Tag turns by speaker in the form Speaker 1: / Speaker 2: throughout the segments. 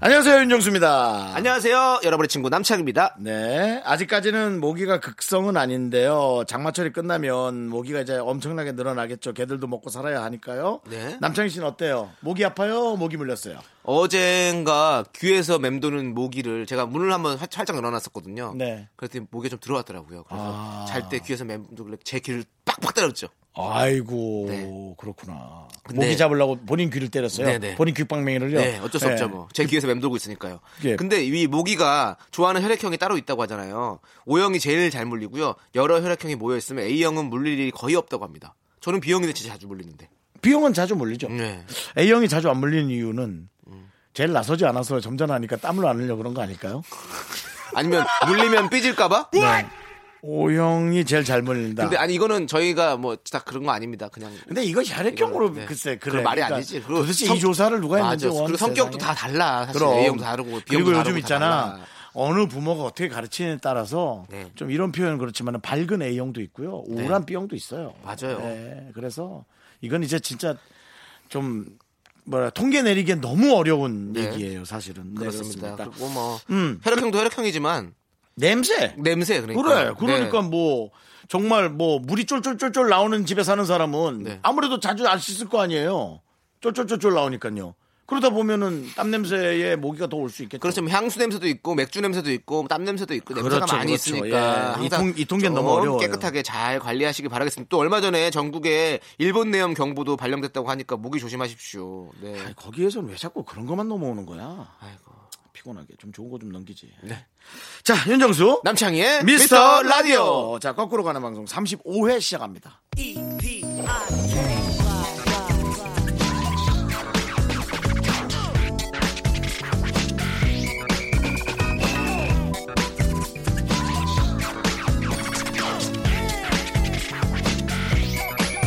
Speaker 1: 안녕하세요 윤정수입니다.
Speaker 2: 안녕하세요. 여러분의 친구 남창입니다.
Speaker 1: 네 아직까지는 모기가 극성은 아닌데요. 장마철이 끝나면 모기가 이제 엄청나게 늘어나겠죠. 개들도 먹고 살아야 하니까요.
Speaker 2: 네.
Speaker 1: 남창희 씨는 어때요? 모기 아파요? 모기 물렸어요?
Speaker 2: 어젠가 귀에서 맴도는 모기를 제가 문을 한번 화- 살짝 열어놨었거든요.
Speaker 1: 네. 아.
Speaker 2: 그랬더니 모기가 좀 들어왔더라고요. 그래서 잘 때 귀에서 맴도길래 제 귀를 빡빡 때렸죠.
Speaker 1: 아이고
Speaker 2: 네.
Speaker 1: 그렇구나.
Speaker 2: 근데-
Speaker 1: 모기 잡으려고 본인 귀를 때렸어요.
Speaker 2: 네네.
Speaker 1: 본인 귓방맹이를요.
Speaker 2: 네, 어쩔 수
Speaker 1: 네.
Speaker 2: 없죠 뭐. 제 귀에서 맴돌고 있으니까요.
Speaker 1: 예.
Speaker 2: 근데 이 모기가 좋아하는 혈액형이 따로 있다고 하잖아요. O형이 제일 잘 물리고요. 여러 혈액형이 모여 있으면 A형은 물릴 일이 거의 없다고 합니다. 저는 B형인데 진짜 자주 물리는데.
Speaker 1: 비용은 자주 물리죠.
Speaker 2: 네.
Speaker 1: A형이 자주 안 물리는 이유는 제일 나서지 않아서 점잖아니까 땀을 안 흘려 그런 거 아닐까요?
Speaker 2: 아니면 물리면 삐질까봐?
Speaker 1: 네. O형이 제일 잘 물린다.
Speaker 2: 근데 아니 이거는 저희가 뭐 다 그런 거 아닙니다. 그냥
Speaker 1: 근데 이거 혈액형으로
Speaker 2: 이거는, 네.
Speaker 1: 글쎄 그러니까 그래
Speaker 2: 그건 말이
Speaker 1: 그러니까
Speaker 2: 아니지. 그리고
Speaker 1: 도대체
Speaker 2: 성-
Speaker 1: 이 조사를 누가 했는지
Speaker 2: 맞아. 그리고
Speaker 1: 원
Speaker 2: 성격도
Speaker 1: 세상에.
Speaker 2: 다 달라. 사실
Speaker 1: 그럼
Speaker 2: A형도 다르고 B형도
Speaker 1: 그리고
Speaker 2: 다르고
Speaker 1: 요즘
Speaker 2: 다
Speaker 1: 있잖아
Speaker 2: 달라.
Speaker 1: 어느 부모가 어떻게 가르치느냐에 따라서
Speaker 2: 네.
Speaker 1: 좀 이런 표현 그렇지만 밝은 A형도 있고요 우울한 B형도 있어요
Speaker 2: 맞아요.
Speaker 1: 네, 그래서 이건 이제 진짜 좀 뭐라 통계 내리기엔 너무 어려운
Speaker 2: 네.
Speaker 1: 얘기예요 사실은 네,
Speaker 2: 그렇습니다.
Speaker 1: 그렇습니다.
Speaker 2: 그리고 뭐
Speaker 1: 음.
Speaker 2: 혈액형도 혈액형이지만
Speaker 1: 냄새
Speaker 2: 냄새
Speaker 1: 그래.
Speaker 2: 그러니까.
Speaker 1: 그러니까 뭐 정말 뭐 물이 쫄쫄쫄쫄 나오는 집에 사는 사람은
Speaker 2: 네.
Speaker 1: 아무래도 자주 안 씻을 거 아니에요. 쫄쫄쫄쫄 나오니까요. 그러다 보면은 땀 냄새에 모기가 더 올 수 있겠죠.
Speaker 2: 그렇죠. 뭐 향수 냄새도 있고 맥주 냄새도 있고 뭐 땀 냄새도 있고 냄새가
Speaker 1: 그렇죠,
Speaker 2: 많이
Speaker 1: 그렇죠.
Speaker 2: 있으니까
Speaker 1: 예.
Speaker 2: 항상
Speaker 1: 이 통- 이 통계는
Speaker 2: 좀
Speaker 1: 너무 어려워요.
Speaker 2: 깨끗하게 잘 관리하시길 바라겠습니다. 또 얼마 전에 전국에 일본 내염 경보도 발령됐다고 하니까 모기 조심하십시오. 네.
Speaker 1: 아이, 거기에서는 왜 자꾸 그런 것만 넘어오는 거야?
Speaker 2: 아이고.
Speaker 1: 피곤하게 좀 좋은 거 좀 넘기지.
Speaker 2: 네.
Speaker 1: 자, 윤정수
Speaker 2: 남창희의
Speaker 1: 미스터 라디오. 자, 거꾸로 가는 방송 35회 시작합니다.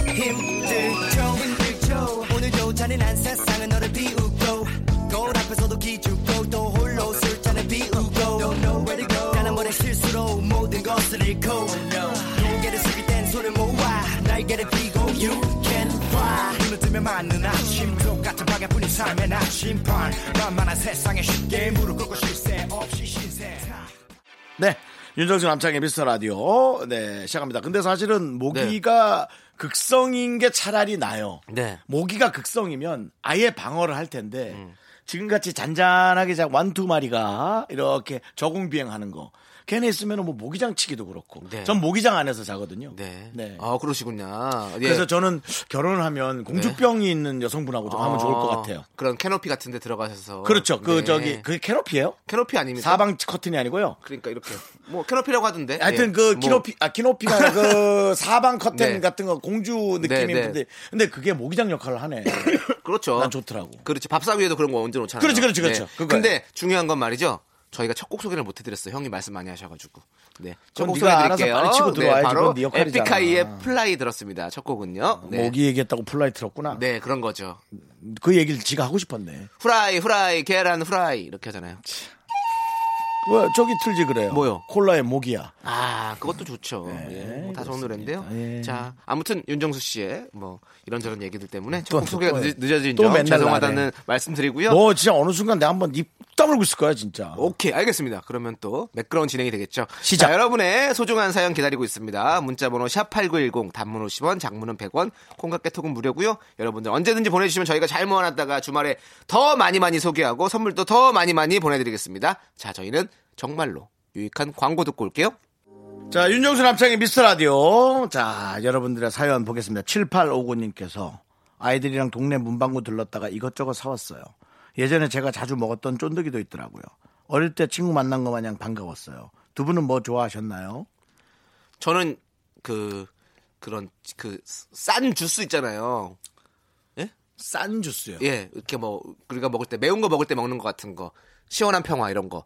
Speaker 3: 힘들죠 힘들죠 오늘도 잔인한 세상은 너를 비웃고 거울 앞에서도 기죽고 또 홀로 술잔에 비우고 Don't know where to go 단 한 번의 실수로 모든 것을 잃고 고개를 숙일 땐 손을 모아 날개를 펴고 You can fly 눈을 뜨면 맞는 아침 똑같은 방향뿐인 삶의 아침판 만만한 세상에 쉽게 무릎 꿇고 실세 없이 신세
Speaker 1: 네. 윤정수 남창의 미스터 라디오. 네, 시작합니다. 근데 사실은 모기가 극성인 게 차라리 나요.
Speaker 2: 네.
Speaker 1: 모기가 극성이면 아예 방어를 할 텐데 지금같이 잔잔하게 자 완투 마리가 이렇게 저공 비행하는 거 걔네 있으면 뭐 모기장 치기도 그렇고
Speaker 2: 네.
Speaker 1: 전 모기장 안에서 자거든요.
Speaker 2: 네. 아 그러시군요. 예. 네.
Speaker 1: 그래서 저는 결혼을 하면 공주병이 있는 여성분하고 좀 하면 좋을 것
Speaker 2: 아,
Speaker 1: 같아요.
Speaker 2: 그런 캐노피 같은 데 들어가셔서
Speaker 1: 그렇죠. 그
Speaker 2: 네.
Speaker 1: 저기 그 캐노피예요?
Speaker 2: 캐노피 아닙니까?
Speaker 1: 사방 커튼이 아니고요.
Speaker 2: 그러니까 이렇게 뭐 캐노피라고 하던데.
Speaker 1: 하여튼
Speaker 2: 예.
Speaker 1: 그
Speaker 2: 뭐
Speaker 1: 키노피 아 키노피가 그 사방 커튼
Speaker 2: 네.
Speaker 1: 같은 거 공주
Speaker 2: 네,
Speaker 1: 느낌인
Speaker 2: 네.
Speaker 1: 분들 근데 그게 모기장 역할을 하네.
Speaker 2: 그렇죠.
Speaker 1: 난 좋더라고.
Speaker 2: 그렇지. 밥상 위에도 그런 거 얹어 놓잖아요. 네.
Speaker 1: 그렇지, 그렇지, 그렇죠. 그거예요.
Speaker 2: 근데 중요한 건 말이죠. 저희가 첫 곡 소개를 못 해드렸어요. 형이 말씀 많이 하셔가지고. 네. 첫
Speaker 1: 그건
Speaker 2: 곡
Speaker 1: 네가
Speaker 2: 소개
Speaker 1: 알아서
Speaker 2: 드릴게요.
Speaker 1: 빨리 치고 들어와야지.
Speaker 2: 바로
Speaker 1: 그건 네 역할이잖아.
Speaker 2: 에픽하이의 플라이 들었습니다. 첫 곡은요. 네.
Speaker 1: 모기 얘기했다고 플라이 들었구나.
Speaker 2: 네, 그런 거죠.
Speaker 1: 그 얘기를 지가 하고 싶었네.
Speaker 2: 후라이, 후라이, 계란 후라이 이렇게 하잖아요.
Speaker 1: 왜 저기 틀지 그래요?
Speaker 2: 뭐요?
Speaker 1: 콜라의 모기야.
Speaker 2: 아, 그것도 좋죠. 예, 뭐다 좋은 노래인데요.
Speaker 1: 네, 예.
Speaker 2: 자, 아무튼 윤정수 씨의 뭐 이런저런 얘기들 때문에
Speaker 1: 또,
Speaker 2: 첫곡 소개가
Speaker 1: 또,
Speaker 2: 늦, 늦어진
Speaker 1: 또
Speaker 2: 점
Speaker 1: 맨날
Speaker 2: 죄송하다는
Speaker 1: 나네.
Speaker 2: 말씀드리고요.
Speaker 1: 너 진짜 어느 순간 내가 한번 입 다물고 있을 거야 진짜.
Speaker 2: 오케이 알겠습니다. 그러면 또 매끄러운 진행이 되겠죠.
Speaker 1: 시작.
Speaker 2: 자, 여러분의 소중한 사연 기다리고 있습니다. 문자번호 샵 #8910 단문 50원, 장문은 100원, 콩깍개톡은 무료고요. 여러분들 언제든지 보내주시면 저희가 잘 모아놨다가 주말에 더 많이 많이 소개하고 선물도 더 많이 많이 보내드리겠습니다. 자, 저희는 정말로 유익한 광고 듣고 올게요.
Speaker 1: 자 윤정수 남창의 미스터 라디오. 자 여러분들의 사연 보겠습니다. 7859님께서 아이들이랑 동네 문방구 들렀다가 이것저것 사왔어요. 예전에 제가 자주 먹었던 쫀득이도 있더라고요. 어릴 때 친구 만난 거 마냥 반가웠어요. 두 분은 뭐 좋아하셨나요?
Speaker 2: 저는 그 그런 그 싼 주스 있잖아요.
Speaker 1: 싼 주스요.
Speaker 2: 예, 이렇게 뭐 우리가 먹을 때 매운 거 먹을 때 먹는 것 같은 거. 시원한 평화 이런 거.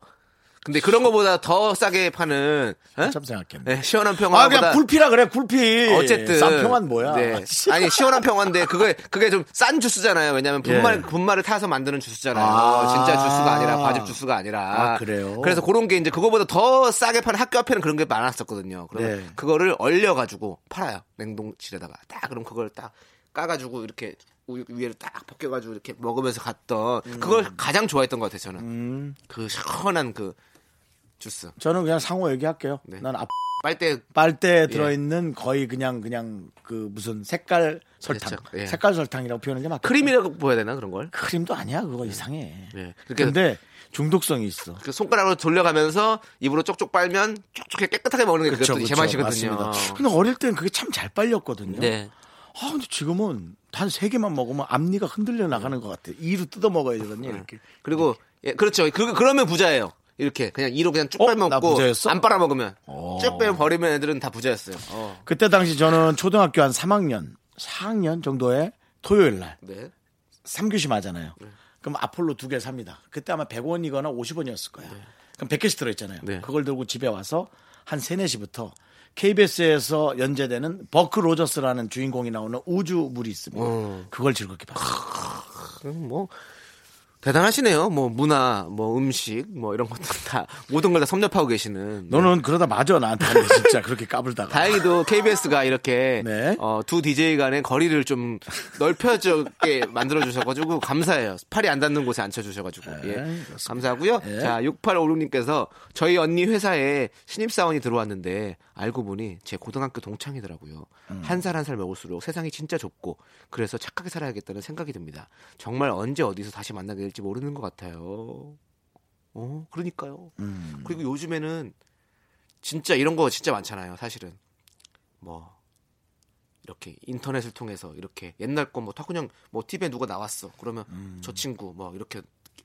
Speaker 2: 근데 그런 거보다 더 싸게 파는 에?
Speaker 1: 아, 참 생각했네.
Speaker 2: 네, 시원한
Speaker 1: 아
Speaker 2: 평화보다
Speaker 1: 그냥 굴피라 그래 굴피.
Speaker 2: 어쨌든
Speaker 1: 아, 쌈평한 뭐야?
Speaker 2: 네. 아니 시원한 평화인데 그게 그게 좀 싼 주스잖아요. 왜냐하면 분말 분말을 타서 만드는 주스잖아요.
Speaker 1: 예. 아.
Speaker 2: 진짜 주스가 아니라 과즙 주스가 아니라.
Speaker 1: 아, 그래요?
Speaker 2: 그래서 그런 게 이제 그거보다 더 싸게 파는 학교 앞에는 그런 게 많았었거든요. 그러면
Speaker 1: 네.
Speaker 2: 그거를 얼려 가지고 팔아요. 냉동실에다가 딱 그럼 그걸 딱까 가지고 이렇게 우유 위에를 딱 벗겨 가지고 이렇게 먹으면서 갔던
Speaker 1: 음.
Speaker 2: 그걸 가장 좋아했던 것 같아요, 저는. 그 시원한 그 주스.
Speaker 1: 저는 그냥 상호 얘기할게요.
Speaker 2: 네.
Speaker 1: 난 앞,
Speaker 2: 빨대 예.
Speaker 1: 빨대에 들어있는 거의 그냥 그냥 그 무슨 색깔 설탕,
Speaker 2: 그렇죠. 예.
Speaker 1: 색깔 설탕이라고 표현하는 게 맞.
Speaker 2: 크림이라고 보여야 되나 그런 걸?
Speaker 1: 크림도 아니야 그거 이상해.
Speaker 2: 예. 그렇게
Speaker 1: 근데 중독성이 있어.
Speaker 2: 그 손가락으로 돌려가면서 입으로 쪽쪽 빨면 쪽쪽해 깨끗하게 먹는 게 그것도 제맛이거든요.
Speaker 1: 맞습니다. 근데 어릴 땐 그게 참 잘 빨렸거든요.
Speaker 2: 네.
Speaker 1: 아 근데 지금은 단 세 개만 먹으면 앞니가 흔들려 나가는 것 같아. 이로 뜯어 먹어야 되거든요.
Speaker 2: 네.
Speaker 1: 이렇게.
Speaker 2: 그리고 예, 그렇죠. 그, 그러면 부자예요. 이렇게 그냥 이로 그냥 쭉
Speaker 1: 어? 나
Speaker 2: 빨먹고
Speaker 1: 부자였어?
Speaker 2: 안 빨아 먹으면 쭉 빼면 버리면 애들은 다 부자였어요. 어.
Speaker 1: 그때 당시 저는 초등학교 한 3학년, 4학년 정도에 토요일 날
Speaker 2: 네.
Speaker 1: 3교시 맞잖아요. 그럼 아폴로 두 개 삽니다. 그때 아마 100원이거나 50원이었을 거야. 그럼 100개씩 들어있잖아요.
Speaker 2: 네.
Speaker 1: 그걸 들고 집에 와서 한 3, 4시부터 KBS에서 연재되는 버크 로저스라는 주인공이 나오는 우주물이 있습니다.
Speaker 2: 어.
Speaker 1: 그걸 즐겁게 봤어요.
Speaker 2: 그럼 뭐 대단하시네요. 뭐 문화, 뭐 음식, 뭐 이런 것들 다 모든 걸 다 섭렵하고 계시는.
Speaker 1: 너는 그러다 맞아 나한테 근데 진짜 그렇게 까불다가.
Speaker 2: 네. 다행히도 KBS가 이렇게
Speaker 1: 네.
Speaker 2: 어, 두 DJ 간의 거리를 좀 넓혀지게 만들어 주셔가지고 감사해요. 팔이 안 닿는 곳에 앉혀 주셔가지고 예, 감사하고요.
Speaker 1: 예.
Speaker 2: 자 6856님께서 저희 언니 회사에 신입 사원이 들어왔는데 알고 보니 제 고등학교 동창이더라고요. 한 살 한 살 먹을수록 세상이 진짜 좁고 그래서 착하게 살아야겠다는 생각이 듭니다. 정말 언제 어디서 다시 만나게 될지 모르는 것 같아요. 어 그러니까요. 그리고 요즘에는 진짜 이런 거 진짜 많잖아요. 사실은 뭐 이렇게 인터넷을 통해서 이렇게 옛날 거 뭐 타쿠냥 뭐 TV에 누가 나왔어 그러면 저 친구 뭐 이렇게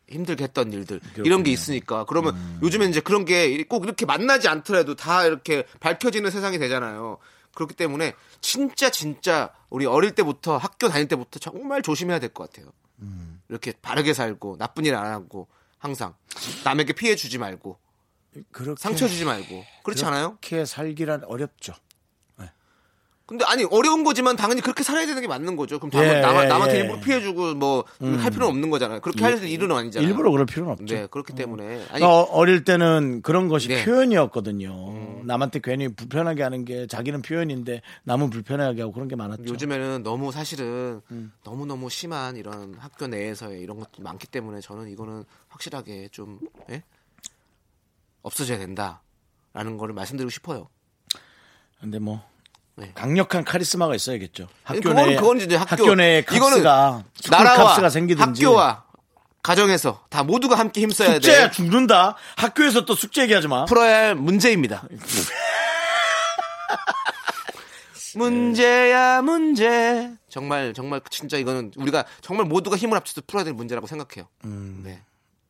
Speaker 2: 힘들게 했던 일들 이런 게 있으니까 그러면 요즘에 이제 그런 게 꼭 이렇게 만나지 않더라도 다 이렇게 밝혀지는 세상이 되잖아요. 그렇기 때문에 진짜 진짜 우리 어릴 때부터 학교 다닐 때부터 정말 조심해야 될 것 같아요. 이렇게 바르게 살고 나쁜 일 안 하고 항상 남에게 피해 주지 말고
Speaker 1: 그렇게
Speaker 2: 상처 주지 말고 그렇지 않아요?
Speaker 1: 그렇게 살기란 어렵죠.
Speaker 2: 근데 아니 어려운 거지만 당연히 그렇게 살아야 되는 게 맞는 거죠. 그럼 남,
Speaker 1: 예,
Speaker 2: 남,
Speaker 1: 예,
Speaker 2: 남한테
Speaker 1: 예. 음.
Speaker 2: 일부러 피해주고 뭐 할 필요는 없는 거잖아요. 그렇게 할 일은 아니잖아요.
Speaker 1: 일부러 그럴 필요는 없죠.
Speaker 2: 네 그렇기 때문에 아니
Speaker 1: 어, 어릴 때는 그런 것이
Speaker 2: 네. 음.
Speaker 1: 표현이었거든요. 남한테 괜히 불편하게 하는 게 자기는 표현인데 남은 불편하게 하고 그런 게 많았죠. 음.
Speaker 2: 요즘에는 너무 사실은 너무 너무 심한 이런 학교 내에서의 이런 것도 많기 때문에 저는 이거는 확실하게 좀 예? 없어져야 된다라는 거를 말씀드리고 싶어요.
Speaker 1: 근데 뭐
Speaker 2: 네. 예,
Speaker 1: 강력한 카리스마가 있어야겠죠. 학교
Speaker 2: 그건-
Speaker 1: 내
Speaker 2: 그건 이제 학교-
Speaker 1: 내에
Speaker 2: 이거는
Speaker 1: 값스가
Speaker 2: 나라와
Speaker 1: 값스가 생기든지
Speaker 2: 학교와 가정에서 다 모두가 함께 힘써야
Speaker 1: 숙제야
Speaker 2: 돼.
Speaker 1: 죽는다. 학교에서 또 숙제 얘기하지 마.
Speaker 2: 풀어야 할 문제입니다. 문제야 문제. 정말 정말 진짜 이거는 우리가 정말 모두가 힘을 합쳐서 풀어야 될 문제라고 생각해요. 네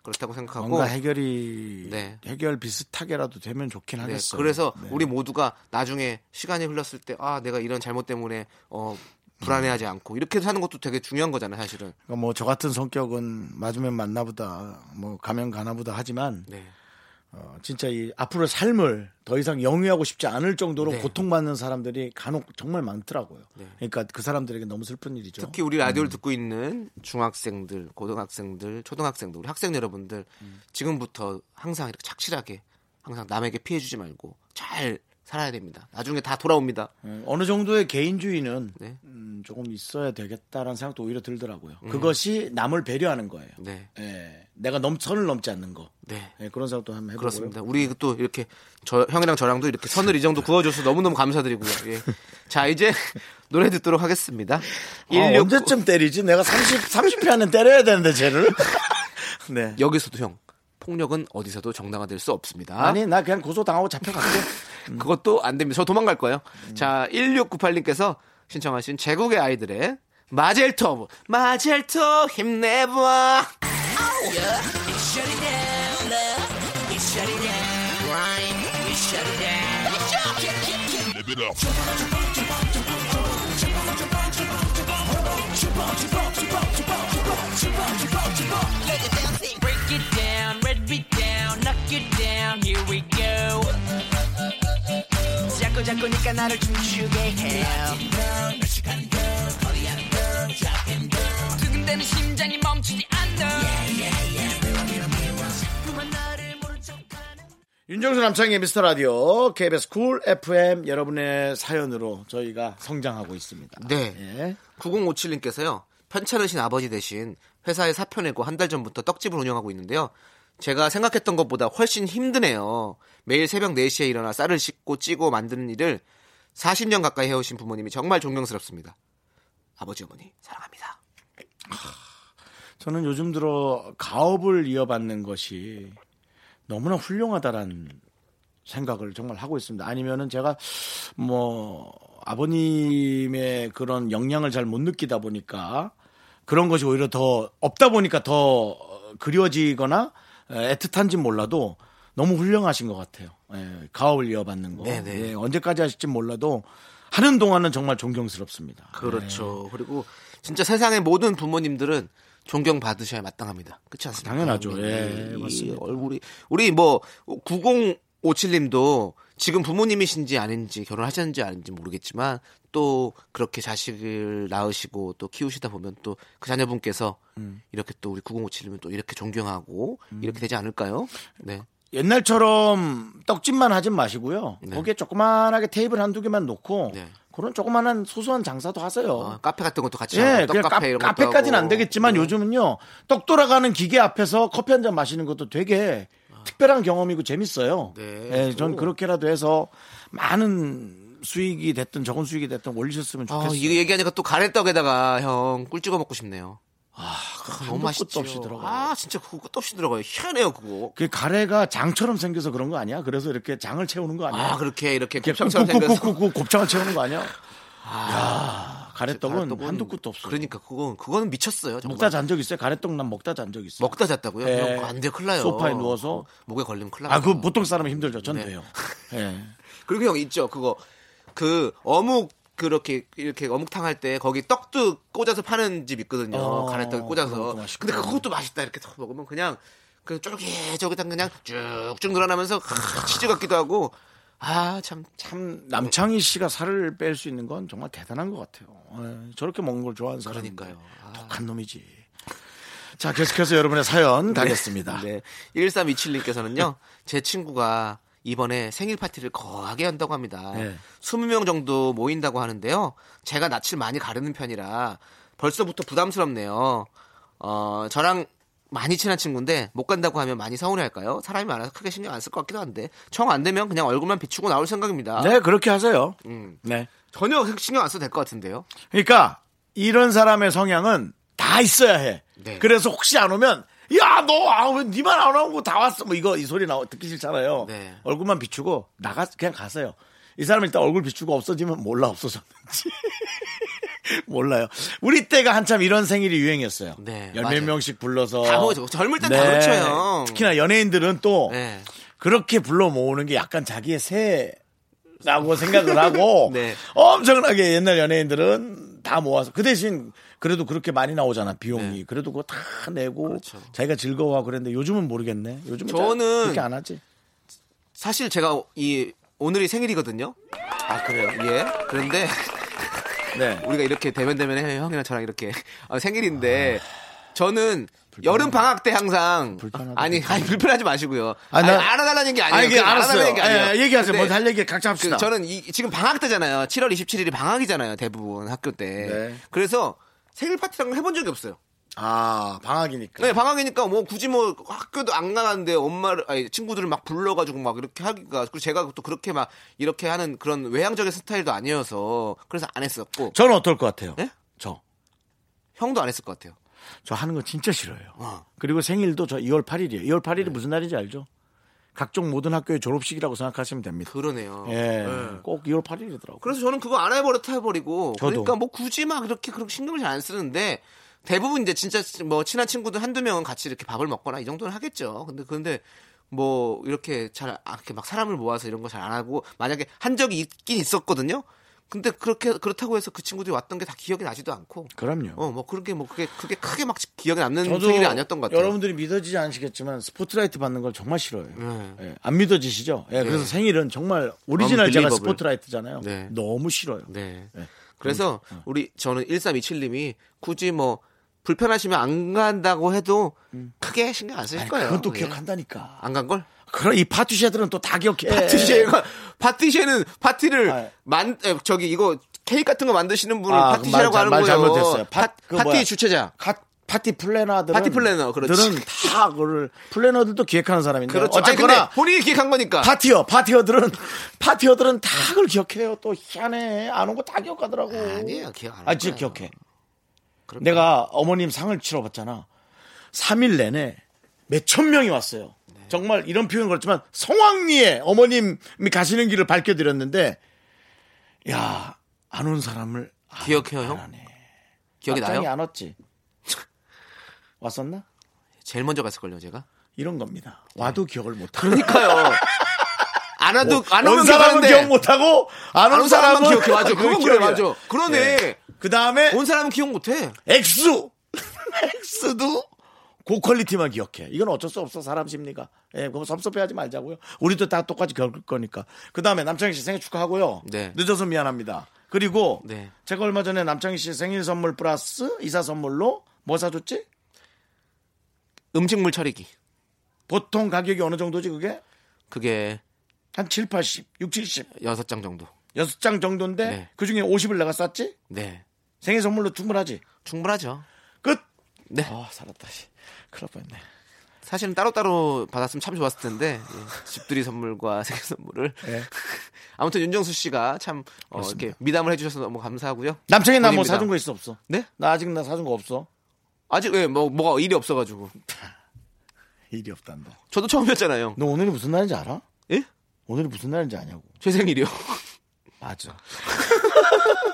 Speaker 2: 그렇다고 생각하고
Speaker 1: 뭔가 해결이
Speaker 2: 어. 네.
Speaker 1: 해결 비슷하게라도 되면 좋긴
Speaker 2: 네,
Speaker 1: 하겠어요.
Speaker 2: 그래서
Speaker 1: 네.
Speaker 2: 우리 모두가 나중에 시간이 흘렀을 때 아 내가 이런 잘못 때문에 어 불안해하지 않고 이렇게 사는 것도 되게 중요한 거잖아요 사실은.
Speaker 1: 그러니까 뭐저 같은 성격은 맞으면 맞나보다 뭐 가면 가나보다 하지만
Speaker 2: 네.
Speaker 1: 어, 진짜 이 앞으로 삶을 더 이상 영위하고 싶지 않을 정도로
Speaker 2: 네.
Speaker 1: 고통받는 사람들이 간혹 정말 많더라고요.
Speaker 2: 네.
Speaker 1: 그러니까 그 사람들에게 너무 슬픈 일이죠. 음.
Speaker 2: 특히 우리 라디오를 듣고 있는 중학생들, 고등학생들, 초등학생들, 우리 학생 여러분들
Speaker 1: 음.
Speaker 2: 지금부터 항상 이렇게 착실하게 항상 남에게 피해주지 말고 잘 살아야 됩니다. 나중에 다 돌아옵니다.
Speaker 1: 음, 어느 정도의 개인주의는
Speaker 2: 네.
Speaker 1: 음, 조금 있어야 되겠다라는 생각도 오히려 들더라고요.
Speaker 2: 음.
Speaker 1: 그것이 남을 배려하는 거예요.
Speaker 2: 네,
Speaker 1: 예, 내가 넘 선을 넘지 않는 거.
Speaker 2: 네.
Speaker 1: 예, 그런 생각도 한번 해보고요.
Speaker 2: 그렇습니다. 우리 또 이렇게 저 형이랑 저랑도 이렇게 선을 이 정도 구워줘서 너무너무 감사드리고요. 예. 자 이제 노래 듣도록 하겠습니다.
Speaker 1: 아, 언제쯤 때리지? 내가 30 30회 안에 때려야 되는데 쟤를. 네.
Speaker 2: 여기서도 형 폭력은 어디서도 정당화될 수 없습니다.
Speaker 1: 아니 나 그냥 고소 당하고 잡혀갈게.
Speaker 2: 음. 그것도 안 됩니다. 저 도망갈 거예요. 자, 1698님께서 신청하신 제국의 아이들의 마젤토브. 마젤토 힘내봐.
Speaker 4: break it down, break it down.
Speaker 3: 거니까 나를 춤추게 해요
Speaker 4: 두근대는 심장이 멈추지 않는
Speaker 1: 윤정수 남창의 미스터 라디오 KBS 쿨 FM 여러분의 사연으로 저희가 성장하고 있습니다.
Speaker 2: 네.
Speaker 1: 예.
Speaker 2: 9057님께서요. 편찮으신 아버지 대신 회사에 사표 내고 한 달 전부터 떡집을 운영하고 있는데요. 제가 생각했던 것보다 훨씬 힘드네요. 매일 새벽 4시에 일어나 쌀을 씻고 찌고 만드는 일을 40년 가까이 해오신 부모님이 정말 존경스럽습니다. 아버지 어머니 사랑합니다.
Speaker 1: 저는 요즘 들어 가업을 이어받는 것이 너무나 훌륭하다라는 생각을 정말 하고 있습니다. 아니면은 제가 뭐 아버님의 그런 영향을 잘 못 느끼다 보니까 그런 것이 오히려 더 없다 보니까 더 그리워지거나 애틋한지 몰라도 너무 훌륭하신 것 같아요. 예, 가업을 이어받는 거.
Speaker 2: 네네.
Speaker 1: 예, 언제까지 하실지 몰라도 하는 동안은 정말 존경스럽습니다.
Speaker 2: 그렇죠.
Speaker 1: 네.
Speaker 2: 그리고 진짜 세상의 모든 부모님들은 존경 받으셔야 마땅합니다. 그렇지 않습니까?
Speaker 1: 당연하죠.
Speaker 2: 우리
Speaker 1: 예,
Speaker 2: 이
Speaker 1: 맞습니다.
Speaker 2: 얼굴이 우리 뭐 9057님도 지금 부모님이신지 아닌지 결혼하셨는지 아닌지 모르겠지만 또 그렇게 자식을 낳으시고 또 키우시다 보면 또 그 자녀분께서
Speaker 1: 음.
Speaker 2: 이렇게 또 우리 9057님은 또 이렇게 존경하고 이렇게 되지 않을까요? 네.
Speaker 1: 옛날처럼 떡집만 하진 마시고요.
Speaker 2: 네.
Speaker 1: 거기에 조그만하게 테이블 한두 개만 놓고
Speaker 2: 네.
Speaker 1: 그런 조그만한 소소한 장사도 하세요.
Speaker 2: 어, 카페 같은 것도 같이
Speaker 1: 예,
Speaker 2: 하고
Speaker 1: 그냥
Speaker 2: 떡카페 이런 것도
Speaker 1: 카, 페까지는
Speaker 2: 하고.
Speaker 1: 안 되겠지만
Speaker 2: 네.
Speaker 1: 요즘은요 떡 돌아가는 기계 앞에서 커피 한 잔 마시는 것도 되게 특별한 경험이고 재밌어요.
Speaker 2: 아. 네.
Speaker 1: 예, 전 그렇게라도 해서 많은 수익이 됐든 적은 수익이 됐든 올리셨으면
Speaker 2: 아,
Speaker 1: 좋겠어요.
Speaker 2: 이거 얘기하니까 또 가래떡에다가 형 꿀 찍어 먹고 싶네요. 아, 너무
Speaker 1: 끝도
Speaker 2: 맛있죠.
Speaker 1: 없이 들어가요.
Speaker 2: 아, 진짜 그거 끝도 없이 들어가요. 희한해요, 그거.
Speaker 1: 그 가래가 장처럼 생겨서 그런 거 아니야? 그래서 이렇게 장을 채우는 거 아니야?
Speaker 2: 아, 그렇게 이렇게
Speaker 1: 이렇게
Speaker 2: 곱창처럼 생겨서.
Speaker 1: 꾹꾹꾹꾹 곱창을 채우는 거 아니야? 야 가래떡은
Speaker 2: 가래떡은
Speaker 1: 한두 끝도 없어.
Speaker 2: 그러니까 그건 그거는 미쳤어요. 정말.
Speaker 1: 먹다 잔 적 있어요? 가래떡 난 먹다 잔 적 있어요.
Speaker 2: 먹다 잤다고요?
Speaker 1: 예.
Speaker 2: 그럼 안 돼, 큰일 나요.
Speaker 1: 소파에 누워서?
Speaker 2: 목에 걸리면 큰일 나요.
Speaker 1: 아, 그 보통 사람은 힘들죠. 전
Speaker 2: 어. 네.
Speaker 1: 돼요. 예.
Speaker 2: 그리고 형 있죠 그거 그 어묵 그렇게 이렇게 어묵탕 할 때 거기 떡도 꽂아서 파는 집 있거든요
Speaker 1: 어, 그런
Speaker 2: 가래떡 꽂아서
Speaker 1: 것도 맛있고.
Speaker 2: 근데 그것도 맛있다 이렇게 딱 먹으면 그냥 그 쫄깃쫄깃한 그냥 쭉쭉 늘어나면서 크, 치즈 같기도 하고 아참
Speaker 1: 참 남창희 씨가 살을 뺄 수 있는 건 정말 대단한 것 같아요. 예, 저렇게 먹는 걸 좋아하는 사람.
Speaker 2: 그러니까요. 아.
Speaker 1: 독한 놈이지. 자, 계속해서 여러분의 사연 가겠습니다.
Speaker 2: 네. 1327님께서는요. 제 친구가 이번에 생일 파티를 거하게 한다고 합니다.
Speaker 1: 네.
Speaker 2: 20명 정도 모인다고 하는데요. 제가 낯을 많이 가르는 편이라 벌써부터 부담스럽네요. 어, 저랑 많이 친한 친구인데 못 간다고 하면 많이 서운해할까요? 사람이 많아서 크게 신경 안 쓸 것 같기도 한데 정 안 되면 그냥 얼굴만 비추고 나올 생각입니다.
Speaker 1: 네, 그렇게 하세요.
Speaker 2: 음.
Speaker 1: 네.
Speaker 2: 전혀 신경 안 써도 될 것 같은데요.
Speaker 1: 그러니까 이런 사람의 성향은 다 있어야 해.
Speaker 2: 네.
Speaker 1: 그래서 혹시 안 오면 야, 너, 아, 왜 니만 안 오고 다 왔어. 뭐 이거 이 소리 나 듣기 싫잖아요.
Speaker 2: 네.
Speaker 1: 얼굴만 비추고 나가 그냥 가세요. 이 사람 일단 얼굴 비추고 없어지면 몰라 없어졌는지. 몰라요. 우리 때가 한참 이런 생일이 유행이었어요.
Speaker 2: 네,
Speaker 1: 열몇
Speaker 2: 맞아요.
Speaker 1: 명씩 불러서 네.
Speaker 2: 다 모여, 젊을 땐다 그렇죠, 형.
Speaker 1: 특히나 연예인들은 또
Speaker 2: 네.
Speaker 1: 그렇게 불러 모으는 게 약간 자기의 새 라고 생각을 하고
Speaker 2: 네.
Speaker 1: 엄청나게 옛날 연예인들은 다 모아서 그 대신 그래도 그렇게 많이 나오잖아 비용이
Speaker 2: 네.
Speaker 1: 그래도 그거 다 내고
Speaker 2: 그렇죠.
Speaker 1: 자기가 즐거워하고 그랬는데 요즘은 모르겠네 요즘은
Speaker 2: 저는-
Speaker 1: 잘 그렇게 안 하지
Speaker 2: 사실 제가 이 오늘이 생일이거든요. 아 그래요? 예. 그런데
Speaker 1: 네
Speaker 2: 우리가 이렇게 대면 대면 해 형이랑 저랑 이렇게 어, 생일인데 저는 여름 방학 때 항상
Speaker 1: 아, 불편하다,
Speaker 2: 아니 아니 불편하지 마시고요.
Speaker 1: 아,
Speaker 2: 아,
Speaker 1: 나-
Speaker 2: 니 알아달라는 게 아니에요.
Speaker 1: 아니, 그게
Speaker 2: 그냥
Speaker 1: 알았어요.
Speaker 2: 알아달라는 게 아니에요.
Speaker 1: 예, 예, 얘기하세요.
Speaker 2: 근데
Speaker 1: 뭐할 얘기 각자 합시다.
Speaker 2: 그 저는 이, 지금 방학 때잖아요. 7월 27일이 방학이잖아요. 대부분 학교 때.
Speaker 1: 네.
Speaker 2: 그래서 생일 파티라는 걸 해본 적이 없어요.
Speaker 1: 아 방학이니까
Speaker 2: 네, 방학이니까 뭐 굳이 뭐 학교도 안 나가는데 엄마를 아니 친구들을 막 불러가지고 막 이렇게 하기가 그리고 제가 또 그렇게 막 이렇게 하는 그런 외향적인 스타일도 아니어서 그래서 안 했었고
Speaker 1: 저는 어떨 것 같아요
Speaker 2: 네?
Speaker 1: 저
Speaker 2: 형도 안 했을 것 같아요.
Speaker 1: 저 하는 거 진짜 싫어요.
Speaker 2: 어. 네.
Speaker 1: 그리고 생일도 저 2월 8일이에요. 2월 8일이 무슨 날인지 알죠? 각종 모든 학교의 졸업식이라고 생각하시면 됩니다.
Speaker 2: 그러네요.
Speaker 1: 예, 꼭 2월 8일이더라고요.
Speaker 2: 그래서 저는 그거 안 해버렸다 해버리고
Speaker 1: 저도.
Speaker 2: 그러니까 뭐 굳이 막 이렇게 그렇게 신경을 잘 안 쓰는데 대부분 이제 진짜 뭐 친한 친구들 한두 명은 같이 이렇게 밥을 먹거나 이 정도는 하겠죠. 근데 그런데 뭐 이렇게 잘 아, 이렇게 막 사람을 모아서 이런 거 잘 안 하고 만약에 한 적이 있긴 있었거든요. 근데 그렇게 그렇다고 해서 그 친구들이 왔던 게 다 기억이 나지도 않고
Speaker 1: 그럼요.
Speaker 2: 어 뭐 그런 게 뭐 그게 그게 크게 막 기억에 남는
Speaker 1: 음. 저도
Speaker 2: 일이 아니었던 것 같아요.
Speaker 1: 여러분들이 믿어지지 않으시겠지만 스포트라이트 받는 걸 정말 싫어해요.
Speaker 2: 네.
Speaker 1: 예, 안 믿어지시죠? 예, 그래서
Speaker 2: 네.
Speaker 1: 생일은 정말 오리지널 제가
Speaker 2: Unbelievable.
Speaker 1: 스포트라이트잖아요.
Speaker 2: 네.
Speaker 1: 너무 싫어요.
Speaker 2: 네.
Speaker 1: 네.
Speaker 2: 그래서 우리 저는 1327님이 굳이 뭐 불편하시면 안 간다고 해도 크게 신경 안 쓰실
Speaker 1: 음. 아니,
Speaker 2: 거예요.
Speaker 1: 그건 또
Speaker 2: 예.
Speaker 1: 기억한다니까.
Speaker 2: 안간 걸?
Speaker 1: 그럼 이 파티쉐들은 또 다 기억해.
Speaker 2: 네. 파티쉐가 파티쉐는 파티를
Speaker 1: 네. 아, 예.
Speaker 2: 만 에, 저기 이거 케이크 같은 거 만드시는 분을
Speaker 1: 아, 말
Speaker 2: 파티쉐라고
Speaker 1: 잘-
Speaker 2: 하는
Speaker 1: 말
Speaker 2: 거예요.
Speaker 1: 잘못했어요. 파-
Speaker 2: 파,
Speaker 1: 그
Speaker 2: 파티
Speaker 1: 뭐야.
Speaker 2: 주최자.
Speaker 1: 가- 파티 플래너들은
Speaker 2: 파티 플래너, 그렇지.
Speaker 1: 들은 다 그걸 플래너들도 기획하는 사람인데
Speaker 2: 그렇죠. 아니, 근데
Speaker 1: 네, 어쨌거나
Speaker 2: 본인이 기획한 거니까.
Speaker 1: 파티어 파티어들은 파티어들은 다 그걸 기억해요. 또 희한해 안 온 거 다 기억하더라고.
Speaker 2: 아니에요. 기억 안
Speaker 1: 아
Speaker 2: 할
Speaker 1: 진짜
Speaker 2: 거예요.
Speaker 1: 기억해. 그렇죠.
Speaker 2: 그럼요.
Speaker 1: 내가 어머님 상을 치러 봤잖아. 3일 내내 몇 천 명이 왔어요.
Speaker 2: 네.
Speaker 1: 정말 이런 표현 그렇지만 성황리에 어머님이 가시는 길을 밝혀드렸는데 야 안 온 사람을 아,
Speaker 2: 기억해요,
Speaker 1: 안
Speaker 2: 형?
Speaker 1: 하네.
Speaker 2: 기억이
Speaker 1: 짱이
Speaker 2: 나요?
Speaker 1: 안 왔지. 왔었나?
Speaker 2: 제일 먼저 갔을 걸요, 제가.
Speaker 1: 이런 겁니다. 와도 기억을 못. 하고.
Speaker 2: 네. 그러니까요. 안 와도 안
Speaker 1: 뭐, 온
Speaker 2: 오면
Speaker 1: 사람은
Speaker 2: 기억하는데.
Speaker 1: 기억 못 하고 안
Speaker 2: 안
Speaker 1: 온
Speaker 2: 온 사람만
Speaker 1: 사람은
Speaker 2: 기억해. 맞아. 그건 그래, 맞아. 그러네.
Speaker 1: 그 다음에
Speaker 2: 온 사람은 기억 못해.
Speaker 1: 엑수 엑스도 고퀄리티만 기억해. 이건 어쩔 수 없어 사람 심리가. 예, 그거 섭섭해하지 말자고요. 우리도 다 똑같이 겪을 거니까. 그 다음에 남창희 씨 생일 축하하고요.
Speaker 2: 네.
Speaker 1: 늦어서 미안합니다. 그리고
Speaker 2: 네.
Speaker 1: 제가 얼마 전에 남창희 씨 생일 선물 플러스 이사 선물로 뭐 사줬지?
Speaker 2: 음식물 처리기.
Speaker 1: 보통 가격이 어느 정도지 그게?
Speaker 2: 그게
Speaker 1: 한 7, 80, 6, 70,
Speaker 2: 여섯 장 정도.
Speaker 1: 6장 정도인데
Speaker 2: 네.
Speaker 1: 그 중에 50을 내가 쐈지?
Speaker 2: 네.
Speaker 1: 생일 선물로 충분하지?
Speaker 2: 충분하죠.
Speaker 1: 끝!
Speaker 2: 네.
Speaker 1: 아, 살았다. 씨. 큰일 날 뻔했네.
Speaker 2: 사실은 따로따로 받았으면 참 좋았을 텐데 예, 집들이 선물과 생일 선물을
Speaker 1: 예.
Speaker 2: 아무튼 윤정수 씨가 참 어, 이렇게 미담을 해주셔서 너무 감사하고요.
Speaker 1: 남창이 나 뭐
Speaker 2: 본인입니다.
Speaker 1: 사준 거 있어 없어?
Speaker 2: 네?
Speaker 1: 나 아직 나 사준 거 없어.
Speaker 2: 아직 왜 뭐 뭐가 일이 없어가지고
Speaker 1: 일이 없단다.
Speaker 2: 저도 처음이었잖아요.
Speaker 1: 너 오늘이 무슨 날인지 알아?
Speaker 2: 예?
Speaker 1: 오늘이 무슨 날인지 아냐고.
Speaker 2: 제 생일이요.
Speaker 1: 맞아.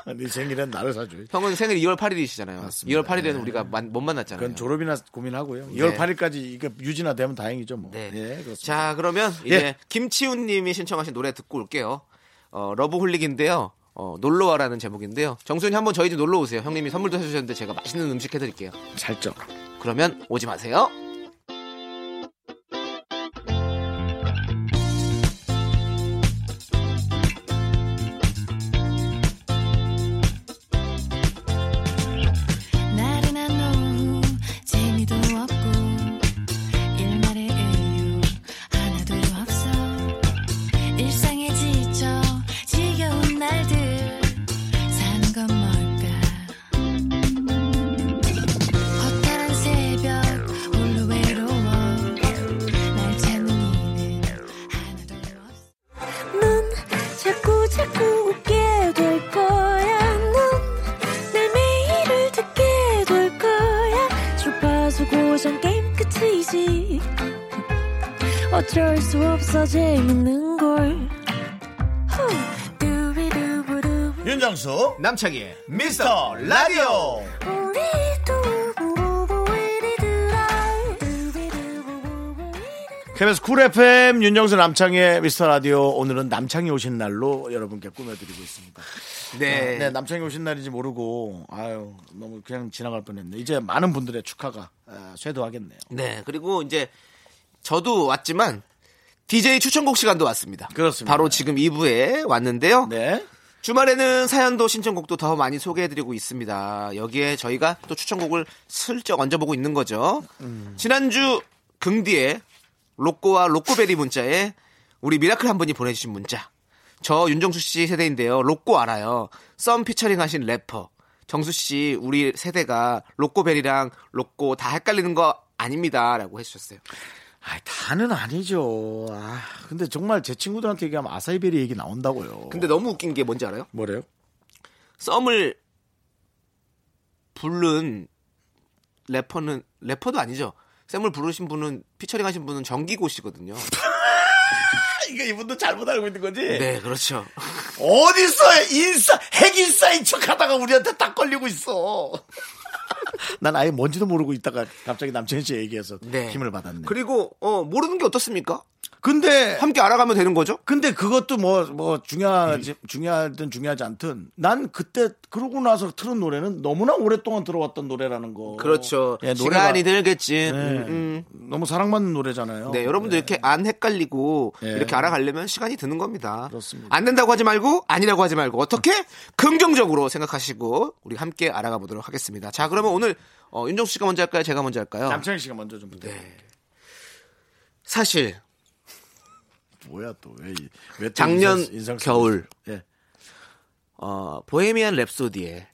Speaker 1: 네 생일엔 나를 사줘.
Speaker 2: 형은 생일 2월 8일이시잖아요.
Speaker 1: 맞습니다. 네.
Speaker 2: 2월 8일에는 우리가 만- 못 만났잖아요.
Speaker 1: 그건 졸업이나 고민하고요. 2월 8일까지 이게 유지나 되면 다행이죠 뭐.
Speaker 2: 네.
Speaker 1: 예, 그렇습니다.
Speaker 2: 자, 그러면 이제
Speaker 1: 예.
Speaker 2: 김치훈 님이 신청하신 노래 듣고 올게요. 어, 러브홀릭인데요. 어, 놀러와라는 제목인데요. 정수님 한번 저희 집 놀러 오세요. 형님이 선물도 해주셨는데 제가 맛있는 음식 해드릴게요.
Speaker 1: 살짝.
Speaker 2: 그러면 오지 마세요.
Speaker 5: 나른한 오후 재미도 없고 일말의 이유 하나도 없어 일상에 지쳐 지겨운 날들 사는 건 뭘까 허탈한 새벽 홀로 외로워 날 찾는 이는 하나도 없어
Speaker 6: 넌 자꾸 자꾸 웃게 될 거야. 넌내 매일을 듣게 될 거야. 주파수 고정 게임 끝이지. 어쩔 수 없어 재밌는 걸. 후. 두비두부두.
Speaker 1: 윤정수
Speaker 2: 남창희의
Speaker 1: 미스터 라디오.
Speaker 6: 우리 두부부부 우리들아. 두비두부부부 우리들아.
Speaker 1: KBS 쿨 FM 윤정수 남창의 미스터 라디오 오늘은 남창이 오신 날로 여러분께 꾸며드리고 있습니다.
Speaker 2: 네.
Speaker 1: 네. 남창이 오신 날인지 모르고 아유 너무 그냥 지나갈 뻔했네. 이제 많은 분들의 축하가 아, 쇄도하겠네요.
Speaker 2: 네. 그리고 이제 저도 왔지만 DJ 추천곡 시간도 왔습니다.
Speaker 1: 그렇습니다.
Speaker 2: 바로 지금 2부에 왔는데요.
Speaker 1: 네.
Speaker 2: 주말에는 사연도 신청곡도 더 많이 소개해드리고 있습니다. 여기에 저희가 또 추천곡을 슬쩍 얹어보고 있는 거죠. 지난주 긍디에 로꼬와 로꼬베리 문자에 우리 미라클 한 분이 보내주신 문자. 저 윤정수 씨 세대인데요. 로꼬 알아요. 썸 피처링 하신 래퍼. 정수 씨 우리 세대가 로꼬베리랑 로꼬 다 헷갈리는 거 아닙니다. 라고 해주셨어요.
Speaker 1: 아, 다는 아니죠. 아, 근데 정말 제 친구들한테 얘기하면 아사이베리 얘기 나온다고요.
Speaker 2: 근데 너무 웃긴 게 뭔지 알아요?
Speaker 1: 뭐래요?
Speaker 2: 썸을 부른 래퍼는 래퍼도 아니죠. 썸을 부르신 분은 피처링 하신 분은 정기고 씨거든요.
Speaker 1: 아, 이거 이분도 잘못 알고 있는 거지.
Speaker 2: 네, 그렇죠.
Speaker 1: 어디서 인싸 핵인싸인 척하다가 우리한테 딱 걸리고 있어. 난 아예 뭔지도 모르고 있다가 갑자기 남친 씨 얘기해서
Speaker 2: 네.
Speaker 1: 힘을 받았네.
Speaker 2: 그리고 어 모르는 게 어떻습니까?
Speaker 1: 근데
Speaker 2: 함께 알아가면 되는 거죠?
Speaker 1: 근데 그것도 뭐 뭐 중요하지 중요하든 중요하지 않든 난 그때 그러고 나서 틀은 노래는 너무나 오랫동안 들어왔던 노래라는 거. 예, 노래가
Speaker 2: 어, 그렇죠. 시간이 들겠지.
Speaker 1: 예,
Speaker 2: 음,
Speaker 1: 너무 사랑받는 노래잖아요.
Speaker 2: 음. 네, 여러분도
Speaker 1: 예.
Speaker 2: 이렇게 안 헷갈리고
Speaker 1: 예.
Speaker 2: 이렇게 알아가려면 시간이 드는 겁니다.
Speaker 1: 그렇습니다. 음.
Speaker 2: 안 된다고 하지 말고 아니라고 하지 말고 어떻게 긍정적으로 생각하시고 우리 함께 알아가 보도록 하겠습니다. 자, 그러면 오늘 어, 윤정수 씨가 먼저 할까요? 제가 먼저 할까요?
Speaker 1: 네. 남창희 씨가 먼저 좀 부탁.
Speaker 2: 네.
Speaker 1: 요
Speaker 2: 사실
Speaker 1: 뭐야 또왜 왜
Speaker 2: 작년 겨울.
Speaker 1: 예.
Speaker 2: 어, 보헤미안 랩소디에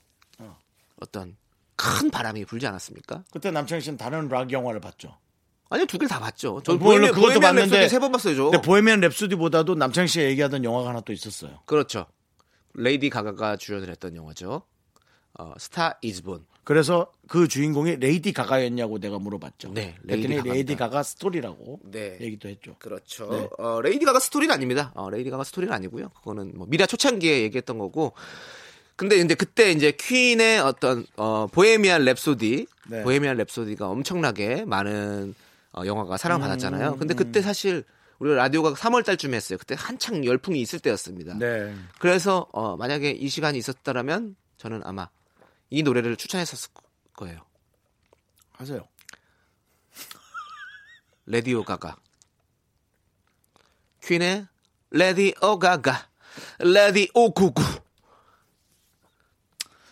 Speaker 2: 어떤 큰 바람이 불지 않았습니까?
Speaker 1: 그때 남창희 씨는 다른 락 영화를 봤죠. 뭐
Speaker 2: 아니요, 두 개 다 봤죠. 저는
Speaker 1: 어, 물론
Speaker 2: 어, 보헤미안,
Speaker 1: 그것도
Speaker 2: 보헤미안
Speaker 1: 봤는데-
Speaker 2: 랩소디 세 번 봤어요, 저.
Speaker 1: 근데 보헤미안 랩소디보다도 남창희 씨가 얘기하던 영화가 하나 또 있었어요.
Speaker 2: 그렇죠. 레이디 가가가 주연을 했던 영화죠. 어, 스타 이즈본.
Speaker 1: 그래서 그 주인공이 레이디 가가였냐고 내가 물어봤죠.
Speaker 2: 네,
Speaker 1: 레이디,
Speaker 2: 레이디
Speaker 1: 레이디
Speaker 2: 가가입니다.
Speaker 1: 가가 스토리라고
Speaker 2: 네.
Speaker 1: 얘기도 했죠.
Speaker 2: 그렇죠.
Speaker 1: 네.
Speaker 2: 어, 레이디 가가 스토리는 아닙니다. 어, 레이디 가가 스토리는 아니고요. 그거는 뭐 미라 초창기에 얘기했던 거고. 근데 이제 그때 이제 퀸의 어떤 어, 보헤미안 랩소디,
Speaker 1: 네.
Speaker 2: 보헤미안 랩소디가 엄청나게 많은 어, 영화가 사랑받았잖아요. 근데 그때 사실 우리 라디오가 3월 달쯤에 했어요. 그때 한창 열풍이 있을 때였습니다.
Speaker 1: 네.
Speaker 2: 그래서 어, 만약에 이 시간이 있었다면 저는 아마 이 노래를 추천했었을 거예요.
Speaker 1: 하세요.
Speaker 2: 레디오 가가 퀸의 레디오 가가 레디오 구구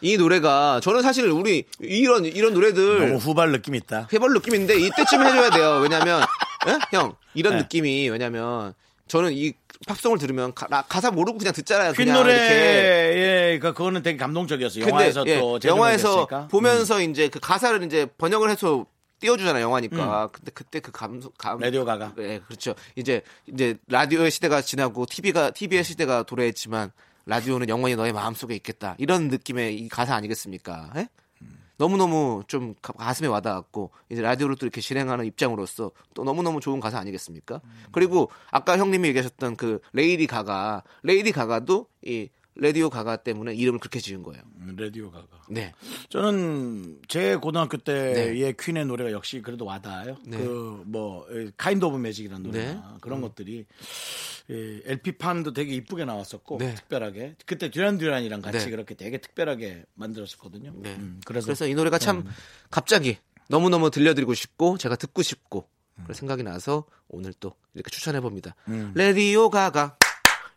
Speaker 2: 이 노래가 저는 사실 우리 이런 이런
Speaker 1: 너무
Speaker 2: 노래들
Speaker 1: 후발 느낌 있다.
Speaker 2: 해볼 느낌인데 이때쯤 해줘야 돼요 왜냐면 예? 형 이런
Speaker 1: 네.
Speaker 2: 느낌이 왜냐면 저는 이 팝송을 들으면 가, 나- 가사 모르고 그냥 듣잖아요
Speaker 1: 퀸
Speaker 2: 그냥
Speaker 1: 노래
Speaker 2: 이렇게
Speaker 1: 예, 그러니까 그거는 되게 감동적이었어요.
Speaker 2: 근데,
Speaker 1: 영화에서
Speaker 2: 예,
Speaker 1: 또 제조가
Speaker 2: 영화에서
Speaker 1: 됐으니까. 음.
Speaker 2: 보면서 이제 그 가사를 이제 번역을 해서 띄워주잖아요 영화니까 근데 그때 그 감성 감
Speaker 1: 음. 라디오 가가.
Speaker 2: 예 그렇죠 이제 이제 라디오의 시대가 지나고 TV가 TV의 시대가 도래했지만 라디오는 영원히 너의 마음 속에 있겠다 이런 느낌의 이 가사 아니겠습니까? 예? 너무 너무 좀 가- 가슴에 와닿았고 이제 라디오를 또 이렇게 실행하는 입장으로서 또 너무 너무 좋은 가사 아니겠습니까?
Speaker 1: 음.
Speaker 2: 그리고 아까 형님이 얘기하셨던 그 레이디 가가 레이디 가가도 이 레디오 가가 때문에 이름을 그렇게 지은 거예요.
Speaker 1: 음, 라디오 가가.
Speaker 2: 네.
Speaker 1: 저는 제 고등학교 때의
Speaker 2: 네.
Speaker 1: 퀸의 노래가 역시 그래도 와닿아요.
Speaker 2: 네.
Speaker 1: 그뭐 예, 카인드 오브 매직이라는 노래
Speaker 2: 네.
Speaker 1: 나 그런 것들이 예, LP 판도 되게 이쁘게 나왔었고
Speaker 2: 네.
Speaker 1: 특별하게 그때 듀란 듀란이랑 같이
Speaker 2: 네.
Speaker 1: 그렇게 되게 특별하게 만들었었거든요.
Speaker 2: 네.
Speaker 1: 음,
Speaker 2: 그래서,
Speaker 1: 그래서, 네.
Speaker 2: 이 노래가 참 갑자기 너무너무 들려드리고 싶고 제가 듣고 싶고
Speaker 1: 음.
Speaker 2: 그런 생각이 나서 오늘 또 이렇게 추천해 봅니다. 레디오 가가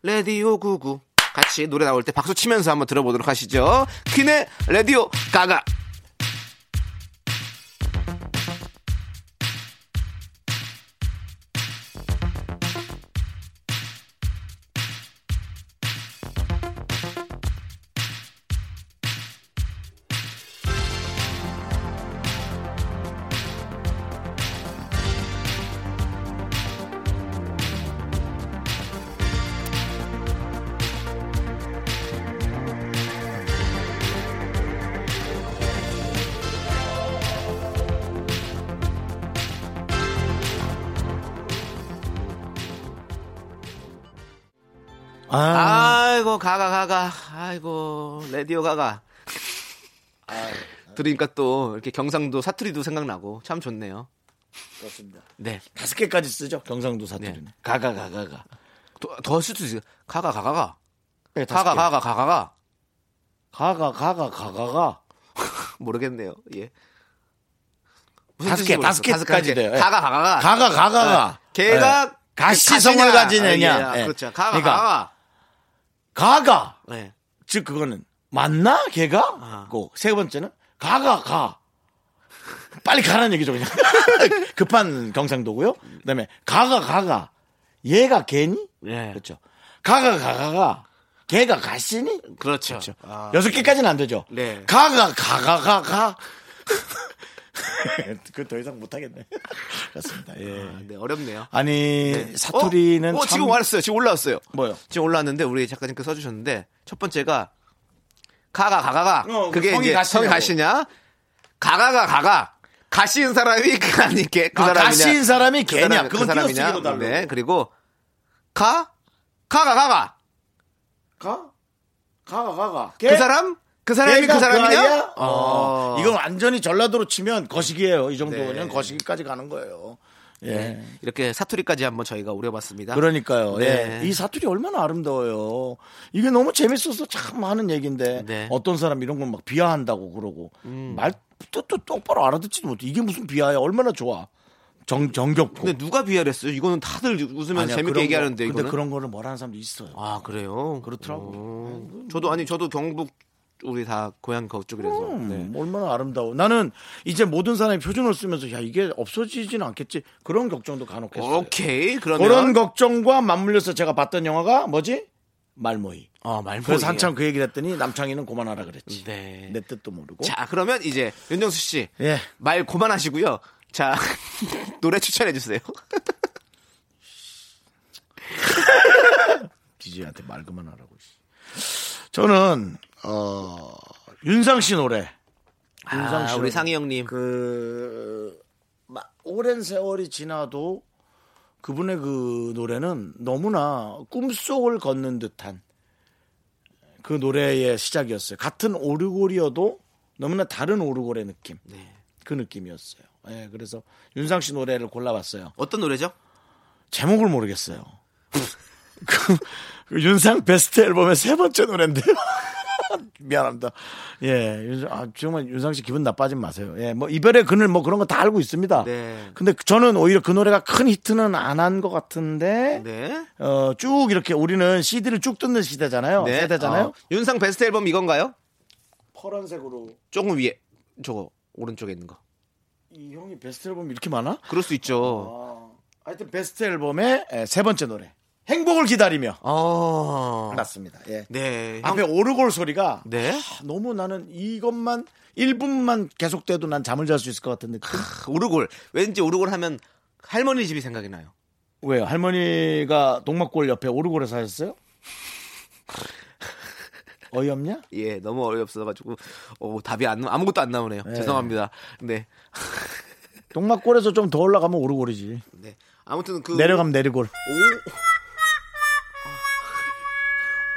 Speaker 2: 레디오 구구 같이 노래 나올 때 박수 치면서 한번 들어보도록 하시죠. 퀸의 레디오 가가
Speaker 1: 아,
Speaker 2: 아이고 가가 가가 아이고 레디오 가가
Speaker 1: 아,
Speaker 2: 들으니까 또 이렇게 경상도 사투리도 생각나고 참 좋네요.
Speaker 1: 그렇습니다.
Speaker 2: 네.
Speaker 1: 다섯 개까지 쓰죠. 경상도 사투리는.
Speaker 2: 네.
Speaker 1: 가가 가가 가.
Speaker 2: 더, 더 수도 있어요. 가가 가가 가.
Speaker 1: 네, 다섯
Speaker 2: 가가
Speaker 1: 개.
Speaker 2: 가가 가가 가.
Speaker 1: 가가 가가 가가가
Speaker 2: 모르겠네요. 예.
Speaker 1: 다섯 개, 다섯 개까지 돼요. 예.
Speaker 2: 가가 가가가.
Speaker 1: 가가 가가가
Speaker 2: 걔가
Speaker 1: 예. 가시성을
Speaker 2: 가시냐.
Speaker 1: 가지느냐
Speaker 2: 아, 예,
Speaker 1: 예.
Speaker 2: 그렇죠. 가가
Speaker 1: 그러니까
Speaker 2: 가가.
Speaker 1: 가가
Speaker 2: 예.
Speaker 1: 즉 그거는 맞나 걔가
Speaker 2: 아.
Speaker 1: 고 세 번째는 가가 가 빨리 가라는 얘기죠 그냥 급한 경상도고요 그다음에 가가 가가 얘가 걔니
Speaker 2: 예.
Speaker 1: 그렇죠 가가 가가가 걔가 가시니
Speaker 2: 그렇죠.
Speaker 1: 그렇죠.
Speaker 2: 아,
Speaker 1: 여섯 개까지는 안 되죠
Speaker 2: 네.
Speaker 1: 가가 가가 가가 그 더 이상 못하겠네 그렇습니다 예
Speaker 2: 네, 어렵네요.
Speaker 1: 아니 예.
Speaker 2: 네.
Speaker 1: 사투리는
Speaker 2: 어? 어,
Speaker 1: 참
Speaker 2: 지금 왔어요. 지금 올라왔어요.
Speaker 1: 뭐요?
Speaker 2: 지금 올라왔는데 우리 작가님께서 그 써 주셨는데 첫 번째가 가가 가가가.
Speaker 1: 어,
Speaker 2: 그게
Speaker 1: 성이
Speaker 2: 이제 성이
Speaker 1: 가시냐고.
Speaker 2: 가시냐? 가가가 가가. 가시인 사람이 그 아니 걔, 그
Speaker 1: 아,
Speaker 2: 사람이냐?
Speaker 1: 가시인 사람이
Speaker 2: 그
Speaker 1: 걔냐?
Speaker 2: 사람이-
Speaker 1: 그건 띄어쓰기로 달라고.
Speaker 2: 네, 그리고 가 가가 가가.
Speaker 1: 가? 가가 가가.
Speaker 2: 그 사람? 그 사람이 그 사람이냐?
Speaker 1: 어.
Speaker 2: 어.
Speaker 1: 이건 완전히 전라도로 치면 거시기예요. 이 정도면
Speaker 2: 네.
Speaker 1: 거시기까지 가는 거예요. 예.
Speaker 2: 네, 이렇게 사투리까지 한번 저희가 우려봤습니다.
Speaker 1: 그러니까요.
Speaker 2: 네.
Speaker 1: 예. 이 사투리 얼마나 아름다워요. 이게 너무 재밌어서 참 하는 얘기인데
Speaker 2: 네. 음.
Speaker 1: 어떤 사람 이런 걸 막 비하한다고 그러고 말또 또 똑바로 알아듣지도 못해. 이게 무슨 비하야? 얼마나 좋아. 정 정겹고.
Speaker 2: 근데 누가 비하했어요? 이거는 다들 웃으면서
Speaker 1: 아니야, 그런
Speaker 2: 재밌게
Speaker 1: 거- 근데
Speaker 2: 얘기하는데 이거는.
Speaker 1: 그런 거를 뭐라는 사람도 있어요.
Speaker 2: 아 그래요?
Speaker 1: 그렇더라고.
Speaker 2: 어. 저도 아니 저도 경북 우리 다 고향 그쪽이라서.
Speaker 1: 음,
Speaker 2: 네.
Speaker 1: 얼마나 아름다워. 나는 이제 모든 사람이 표준을 쓰면서 야 이게 없어지진 않겠지 그런 걱정도 간혹 했어요.
Speaker 2: 오케이 그러면
Speaker 1: 그런 걱정과 맞물려서 제가 봤던 영화가 뭐지? 말모이.
Speaker 2: 아 말모.
Speaker 1: 그래서 한참 그 얘기를 했더니 남창이는 그만하라 그랬지.
Speaker 2: 네.
Speaker 1: 내 뜻도 모르고.
Speaker 2: 자 그러면 이제 윤정수 씨.
Speaker 1: 예.
Speaker 2: 말 그만하시고요. 자 노래 추천해 주세요.
Speaker 1: DJ한테 말 그만하라고. 씨. 저는 어 윤상 씨 노래. 윤상
Speaker 2: 아,
Speaker 1: 씨
Speaker 2: 우리
Speaker 1: 노래.
Speaker 2: 상희 형님.
Speaker 1: 그 마- 오랜 세월이 지나도 그분의 그 노래는 너무나 꿈속을 걷는 듯한 그 노래의 시작이었어요. 같은 오르골이어도 너무나 다른 오르골의 느낌. 그 느낌이었어요. 예, 그래서 윤상 씨 노래를 골라봤어요.
Speaker 2: 어떤 노래죠?
Speaker 1: 제목을 모르겠어요. 그, 그 윤상 베스트 앨범의 세 번째 노래인데요. 미안합니다. 예, 윤상, 아, 정말 윤상 씨 기분 나빠지 마세요. 예, 뭐 이별의 그늘 뭐 그런 거 다 알고 있습니다.
Speaker 2: 네.
Speaker 1: 근데 그- 저는 오히려 그 노래가 큰 히트는 안 한 것 같은데,
Speaker 2: 네.
Speaker 1: 어, 쭉 이렇게 우리는 CD를 쭉 듣는 시대잖아요.
Speaker 2: 네.
Speaker 1: 세대잖아요.
Speaker 2: 어, 윤상 베스트 앨범 이건가요?
Speaker 1: 파란색으로
Speaker 2: 조금 위에 저거 오른쪽에 있는 거.
Speaker 1: 이 형이 베스트 앨범 이렇게 많아?
Speaker 2: 그럴 수 있죠.
Speaker 1: 어, 하여튼 베스트 앨범의 예, 세 번째 노래. 행복을 기다리며.
Speaker 2: 어.
Speaker 1: 맞습니다. 예.
Speaker 2: 네.
Speaker 1: 앞에 오르골 소리가
Speaker 2: 네.
Speaker 1: 아, 너무 나는 이것만 1분만 계속돼도 난 잠을 잘 수 있을 것 같은 느낌.
Speaker 2: 오르골. 왠지 오르골 하면 할머니 집이 생각이 나요.
Speaker 1: 왜요? 할머니가 동막골 옆에 오르골에 사셨어요? 어이없냐?
Speaker 2: 예, 너무 어이없어가지고 어, 답이 안 나- 아무것도 안 나오네요.
Speaker 1: 네.
Speaker 2: 죄송합니다. 네,
Speaker 1: 동막골에서 좀 더 올라가면 오르골이지.
Speaker 2: 네. 아무튼 그
Speaker 1: 내려가면 내리골.
Speaker 2: 오,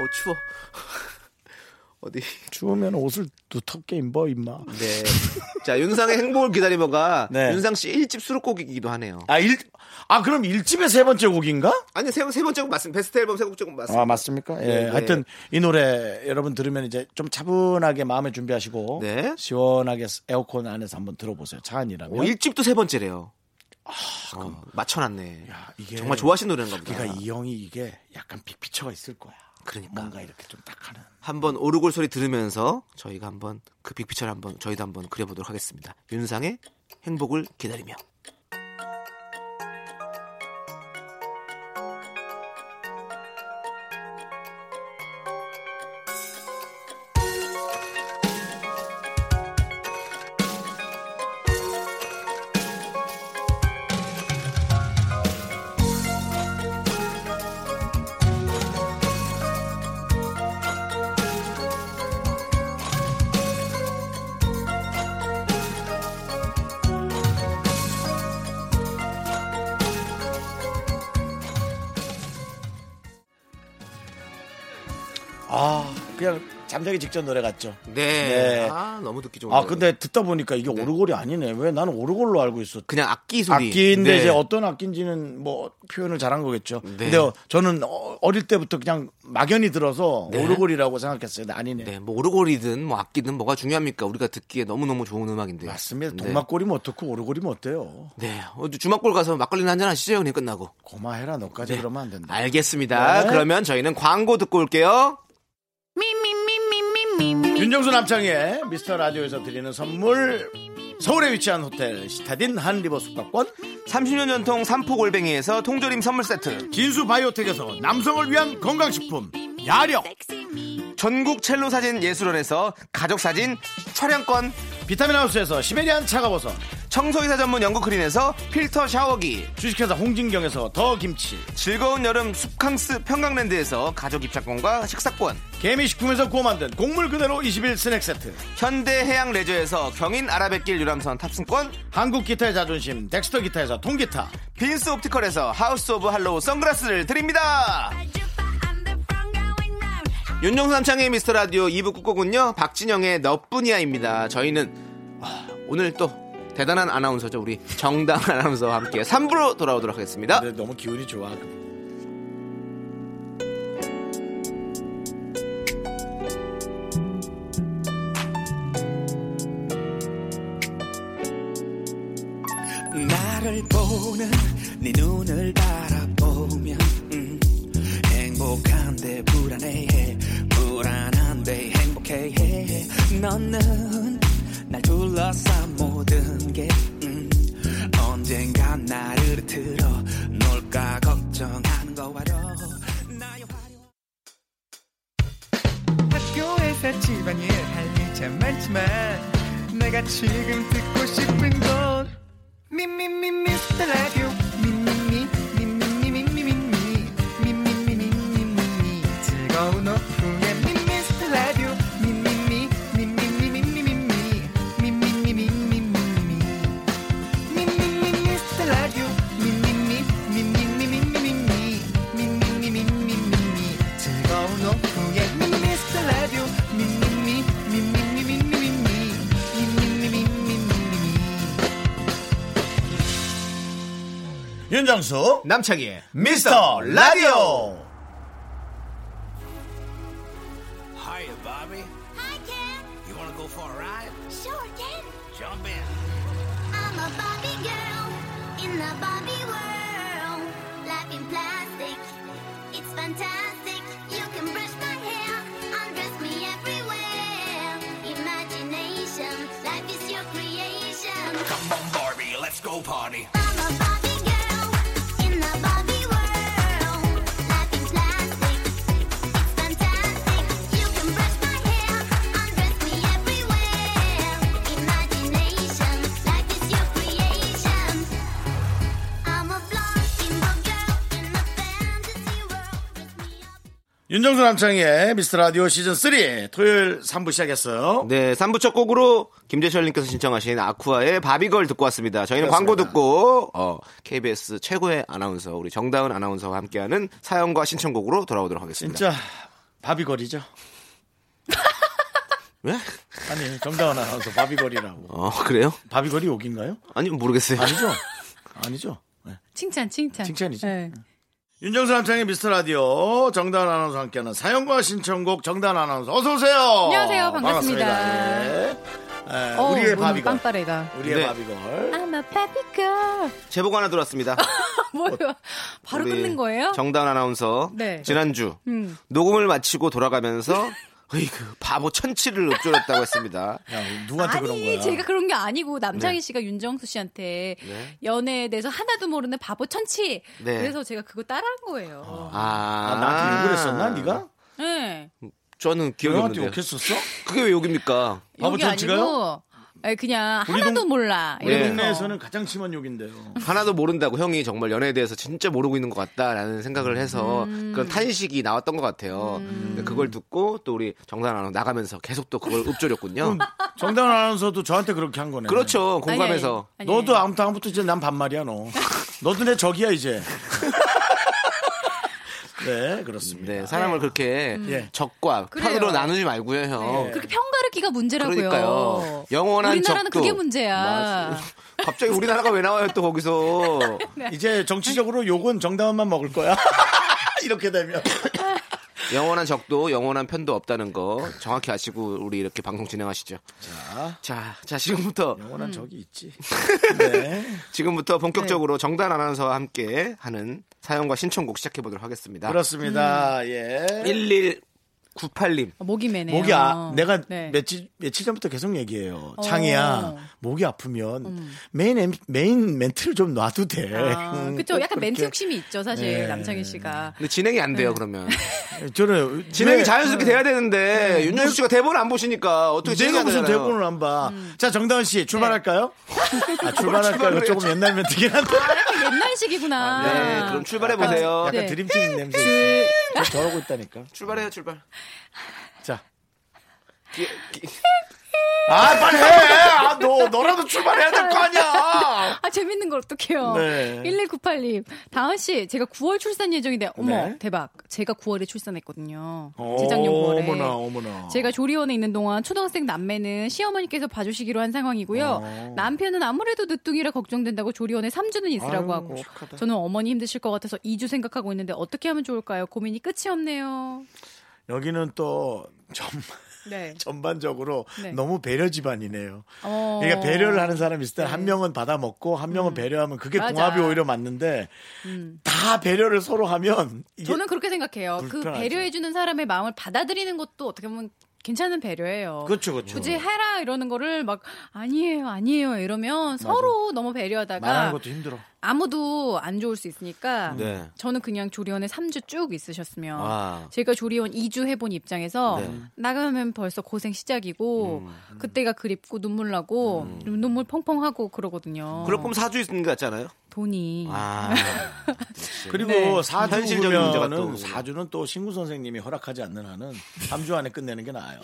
Speaker 2: 어 추워. 어디?
Speaker 1: 추우면 옷을 두텁게 입어 임마.
Speaker 2: 네. 자, 윤상의 행복을 기다리며가
Speaker 1: 네.
Speaker 2: 윤상 씨 1집 수록곡이기도 하네요.
Speaker 1: 아, 일, 아, 그럼 일집의 세 번째 곡인가?
Speaker 2: 아니 세, 세 번째 곡 맞습니다. 베스트 앨범 세곡 곡 맞습니다.
Speaker 1: 아, 맞습니까? 예.
Speaker 2: 네, 네.
Speaker 1: 하여튼 이 노래 여러분 들으면 이제 좀 차분하게 마음에 준비하시고
Speaker 2: 네.
Speaker 1: 시원하게 에어컨 안에서 한번 들어보세요. 차 안이라면.
Speaker 2: 오, 1집도 세 번째래요. 아, 맞춰놨네.
Speaker 1: 이게-
Speaker 2: 정말 좋아하시는 노래인가 보다.
Speaker 1: 그러니까 이 음. 형이 이게 약간 빅피처가 있을 거야.
Speaker 2: 그러니까.
Speaker 1: 뭔가 이렇게 좀 딱 하는.
Speaker 2: 한번 오르골 소리 들으면서 저희가 한번 그 빅피처를 한번 저희도 한번 그려보도록 하겠습니다. 윤상의 행복을 기다리며.
Speaker 1: 아, 그냥 잠자기 직전 노래 같죠.
Speaker 2: 네.
Speaker 1: 네.
Speaker 2: 아 너무 듣기 좋은.
Speaker 1: 아,
Speaker 2: 노래네요.
Speaker 1: 근데 듣다 보니까 이게 오르골이 아니네. 왜 나는 오르골로 알고 있었지?
Speaker 2: 그냥 악기 소리.
Speaker 1: 악기인데
Speaker 2: 네.
Speaker 1: 이제 어떤 악기인지는 뭐 표현을 잘한 거겠죠.
Speaker 2: 네.
Speaker 1: 근데 저는 어- 어릴 때부터 그냥 막연히 들어서
Speaker 2: 네.
Speaker 1: 오르골이라고 생각했어요. 근데 아니네.
Speaker 2: 네, 뭐 오르골이든 뭐 악기든 뭐가 중요합니까? 우리가 듣기에 너무 너무 좋은 음악인데.
Speaker 1: 맞습니다.
Speaker 2: 네.
Speaker 1: 동막골이면 어떻고 오르골이면 어때요?
Speaker 2: 네, 어, 주막골 가서 막걸리나 한잔 하시죠, 형님 끝나고.
Speaker 1: 고마해라 너까지
Speaker 2: 네.
Speaker 1: 그러면 안
Speaker 2: 아,
Speaker 1: 된다.
Speaker 2: 알겠습니다.
Speaker 1: 네.
Speaker 2: 그러면 저희는 광고 듣고 올게요. 그
Speaker 1: 윤정수 남창의 미스터 라디오에서 드리는 선물 서울에 위치한 호텔 시타딘 한 리버 숙박권
Speaker 2: 30년 전통 삼포골뱅이에서 통조림 선물 세트.
Speaker 1: 진수 바이오텍에서 남성을 위한 건강식품 야력
Speaker 2: 전국 첼로 사진 예술원에서 가족 사진 촬영권.
Speaker 1: 비타민 하우스에서 시베리안 차가워서
Speaker 2: 청소이사 전문 영국 크린에서 필터 샤워기.
Speaker 1: 주식회사 홍진경에서 더 김치
Speaker 2: 즐거운 여름 숲캉스 평강랜드에서 가족 입장권과 식사권.
Speaker 1: 개미식품에서 구워 만든 곡물 그대로 21 스낵 세트
Speaker 2: 현대해양 레저에서 경인 아라뱃길 유람선 탑승권.
Speaker 1: 한국 기타의 자존심 덱스터 기타에서 통기타
Speaker 2: 빈스 옵티컬에서 하우스 오브 할로우 선글라스를 드립니다. 윤정수 남창의 미스터 라디오 2부 끝곡은요 박진영의 너뿐이야입니다. 저희는 아, 오늘 또 대단한 아나운서죠. 우리 정당 아나운서와 함께 3부로 돌아오도록 하겠습니다.
Speaker 1: 근데 너무 기운이 좋아.
Speaker 3: 나를 보는 네 눈을 바라보면 음, 행복한데 불안해 불안한데 행복해 너는 날 둘러싼 모든 게 음, 언젠간 나를 틀어 놀까 걱정하는 거와로 나의 화려
Speaker 7: 학교에서 집안일 할 일 참 많지만 내가 지금 듣고 싶은 건 미미미 미스터 라디오 미미미 미미미 미미미 미미미 미미미 미미미 즐거운 오후에 미미스터 라디오 미미미 미미미 미미미 미미미 미미미 미미미
Speaker 1: 윤정수
Speaker 2: 남창희의
Speaker 1: 미스터 라디오.
Speaker 3: Hiya, Bobby.
Speaker 6: Hi, Ken.
Speaker 3: You wanna go for a ride?
Speaker 6: Sure, Ken.
Speaker 3: Jump in.
Speaker 6: I'm a Barbie girl in the Barbie world. Life in plastic, it's fantastic. You can brush my hair, undress me everywhere. Imagination, life is your creation.
Speaker 3: Come on, Barbie, let's go party.
Speaker 6: I'm a Barbie girl in the Barbie world. Life in plastic, it's fantastic. You can brush my hair, undress me everywhere. Imagination, life is your creation. I'm a blonde single girl in the fantasy world. Dress me up.
Speaker 1: 윤정수 남창의 미스터 라디오 시즌 3 토요일 3부 시작했어요.
Speaker 2: 네, 3부 첫 곡으로 김재철님께서 신청하신 아쿠아의 바비걸 듣고 왔습니다. 저희는
Speaker 1: 그렇습니다.
Speaker 2: 광고 듣고 어, KBS 최고의 아나운서 우리 정다은 아나운서와 함께하는 사연과 신청곡으로 돌아오도록 하겠습니다.
Speaker 1: 진짜 바비걸이죠.
Speaker 2: 왜?
Speaker 1: 아니 정다운 아나운서 바비걸이라고.
Speaker 2: 어 그래요?
Speaker 1: 바비걸이 욕인가요?
Speaker 2: 아니 모르겠어요.
Speaker 1: 아니죠. 아니죠. 네.
Speaker 8: 칭찬, 칭찬.
Speaker 1: 칭찬이죠.
Speaker 8: 네.
Speaker 1: 윤정수 남창의 미스터 라디오 정다운 아나운서 함께하는 사연과 신청곡 정다운 아나운서 어서 오세요.
Speaker 8: 안녕하세요. 반갑습니다.
Speaker 1: 네. 에,
Speaker 8: 어,
Speaker 1: 우리의
Speaker 8: 오늘
Speaker 1: 바비걸.
Speaker 8: 빵빠레가.
Speaker 1: 우리의
Speaker 2: 네.
Speaker 1: 바비걸.
Speaker 8: I'm a baby girl.
Speaker 2: 제보가 하나 들어왔습니다.
Speaker 8: 뭐요? 바로
Speaker 2: 우리
Speaker 8: 끊는 거예요?
Speaker 2: 정다은 아나운서
Speaker 8: 네.
Speaker 2: 지난주 녹음을 마치고 돌아가면서 으이그 바보 천치를 읊조렸다고 했습니다.
Speaker 1: 야, 누구한테 그런
Speaker 8: 아니
Speaker 1: 거야?
Speaker 8: 제가 그런 게 아니고
Speaker 2: 네.
Speaker 8: 남창희 씨가 윤정수 씨한테 연애에 대해서 하나도 모르는 바보 천치
Speaker 2: 네.
Speaker 8: 그래서 제가 그거 따라한 거예요.
Speaker 2: 아,
Speaker 1: 아, 나한테 욕을 했었나 네가?
Speaker 8: 네.
Speaker 2: 저는 기억이
Speaker 1: 너한테
Speaker 2: 없는데.
Speaker 1: 욕했었어?
Speaker 2: 그게 왜 욕입니까?
Speaker 1: 바보
Speaker 8: 여기
Speaker 1: 천치가요?
Speaker 8: 아니고 아니, 그냥
Speaker 1: 우리
Speaker 8: 하나도
Speaker 1: 동-
Speaker 8: 몰라.
Speaker 1: 우리
Speaker 2: 예.
Speaker 8: 어.
Speaker 1: 동네에서는 가장 심한 욕인데요.
Speaker 2: 하나도 모른다고 형이 정말 연애에 대해서 진짜 모르고 있는 것 같다라는 생각을 해서
Speaker 8: 음.
Speaker 2: 그런 탄식이 나왔던 것 같아요. 근데 그걸 듣고 또 우리 정단 아나운서 나가면서 계속 또 그걸
Speaker 1: 음.
Speaker 2: 읊조렸군요.
Speaker 1: 정다운 아나운서도 저한테 그렇게 한 거네.
Speaker 2: 그렇죠. 공감해서.
Speaker 8: 아니, 아니.
Speaker 1: 너도 아무 다음부터 이제 난 반말이야 너. 너도 내 적이야 이제. 네 그렇습니다.
Speaker 2: 네, 사람을 그렇게
Speaker 1: 예.
Speaker 2: 적과
Speaker 8: 음. 그래요. 예.
Speaker 2: 편으로 나누지 말고요, 형.
Speaker 8: 그렇게 평가르기가 문제라고요.
Speaker 2: 그러니까요. 영원한
Speaker 8: 우리나라는
Speaker 2: 적도.
Speaker 8: 그게 문제야.
Speaker 2: 갑자기 우리나라가 왜 나와요 또 거기서
Speaker 1: 이제 정치적으로 욕은 정다운만 먹을 거야. 이렇게 되면
Speaker 2: 영원한 적도 영원한 편도 없다는 거 정확히 아시고 우리 이렇게 방송 진행하시죠. 자, 자, 자 지금부터
Speaker 1: 영원한 적이 있지. 네.
Speaker 2: 지금부터 본격적으로 정단 아나운서와 함께 하는 사연과 신청곡 시작해 보도록 하겠습니다.
Speaker 1: 그렇습니다.
Speaker 2: 음.
Speaker 1: 예.
Speaker 2: 1198님.
Speaker 8: 목이 매네요.
Speaker 1: 목이 아, 내가
Speaker 8: 네.
Speaker 1: 며칠, 며칠 전부터 계속 얘기해요.
Speaker 8: 어.
Speaker 1: 창이야, 목이 아프면
Speaker 2: 음.
Speaker 1: 메인, 엠- 메인 멘트를 좀 놔도 돼.
Speaker 8: 아,
Speaker 1: 음,
Speaker 8: 그쵸.
Speaker 1: 꼭
Speaker 8: 약간 멘트
Speaker 1: 그렇게. 네.
Speaker 8: 욕심이 있죠, 사실, 남창희 씨가.
Speaker 2: 근데 진행이 안 돼요, 그러면.
Speaker 1: 저는
Speaker 2: 진행이
Speaker 1: 왜-
Speaker 2: 자연스럽게 돼야 되는데, 윤정수 씨가 대본 안 보시니까 어떻게
Speaker 1: 내가
Speaker 2: 진행이
Speaker 1: 네. 무슨
Speaker 2: 되나요? 음.
Speaker 1: 대본을 안 봐. 자, 정다은 씨, 출발할까요? 아, 출발할까요?
Speaker 2: 네. 출발을
Speaker 1: 조금 옛날 멘트긴 한데.
Speaker 8: 아, 약간 옛날식이구나.
Speaker 2: 네, 그럼 출발해 보세요.
Speaker 1: 약간
Speaker 8: 네.
Speaker 1: 드림팀 냄새. 있어요. 저 저러고 있다니까.
Speaker 2: 출발해요, 출발.
Speaker 1: 자,
Speaker 2: 기- 기-
Speaker 1: 아, 빨리 해! 아, 너, 너라도 출발해야 될 거 아니야!
Speaker 5: 아, 재밌는 걸 어떡해요.
Speaker 1: 네.
Speaker 5: 1198님. 다은씨, 제가 9월 출산 예정인데, 어머,
Speaker 1: 네. 어,
Speaker 5: 대박. 제가 9월에 출산했거든요. 재작년 9월에.
Speaker 1: 어머나, 어머나.
Speaker 5: 제가 조리원에 있는 동안 초등학생 남매는 시어머니께서 봐주시기로 한
Speaker 1: 어.
Speaker 5: 상황이고요. 남편은 아무래도 늦둥이라 걱정된다고 조리원에 3주는 있으라고 하고 저는 어머니 힘드실 것 같아서 2주 생각하고 있는데 어떻게 하면 좋을까요? 고민이 끝이 없네요.
Speaker 1: 여기는 또, 전,
Speaker 5: 네.
Speaker 1: 전반적으로
Speaker 5: 네.
Speaker 1: 너무 배려 집안이네요.
Speaker 5: 어. 네. 음.
Speaker 1: 그러니까 배려를 하는 사람이 있을 때 한 명은 받아먹고 한 명은 배려하면 그게
Speaker 5: 맞아. 음.
Speaker 1: 궁합이 오히려 맞는데 다 배려를 서로 하면 이게
Speaker 5: 저는 그렇게 생각해요.
Speaker 1: 불편하죠.
Speaker 5: 그 배려해주는 사람의 마음을 받아들이는 것도 어떻게 보면 괜찮은 배려예요.
Speaker 1: 그렇죠, 그렇죠.
Speaker 5: 굳이 해라 이러는 거를 막 아니에요, 아니에요 이러면 서로 너무
Speaker 1: 말하는
Speaker 5: 배려하다가
Speaker 1: 것도 힘들어.
Speaker 5: 아무도 안 좋을 수 있으니까
Speaker 2: 네.
Speaker 5: 저는 그냥 조리원에 3주 쭉 있으셨으면
Speaker 2: 아.
Speaker 5: 제가 조리원 2주 해본 입장에서
Speaker 2: 네.
Speaker 5: 나가면 벌써 고생 시작이고
Speaker 1: 음,
Speaker 5: 그때가 그립고 눈물 나고 눈물 펑펑 하고 그러거든요.
Speaker 2: 그럴 거면 사주 있는 것 같지 않아요?
Speaker 5: 돈이
Speaker 2: 아.
Speaker 1: 그리고
Speaker 5: 네.
Speaker 1: 사주
Speaker 2: 현실적인 문제가 또
Speaker 1: 보면은
Speaker 2: 그거고.
Speaker 1: 사주는 또 신구 선생님이 허락하지 않는 한은 3주 안에 끝내는 게 나아요.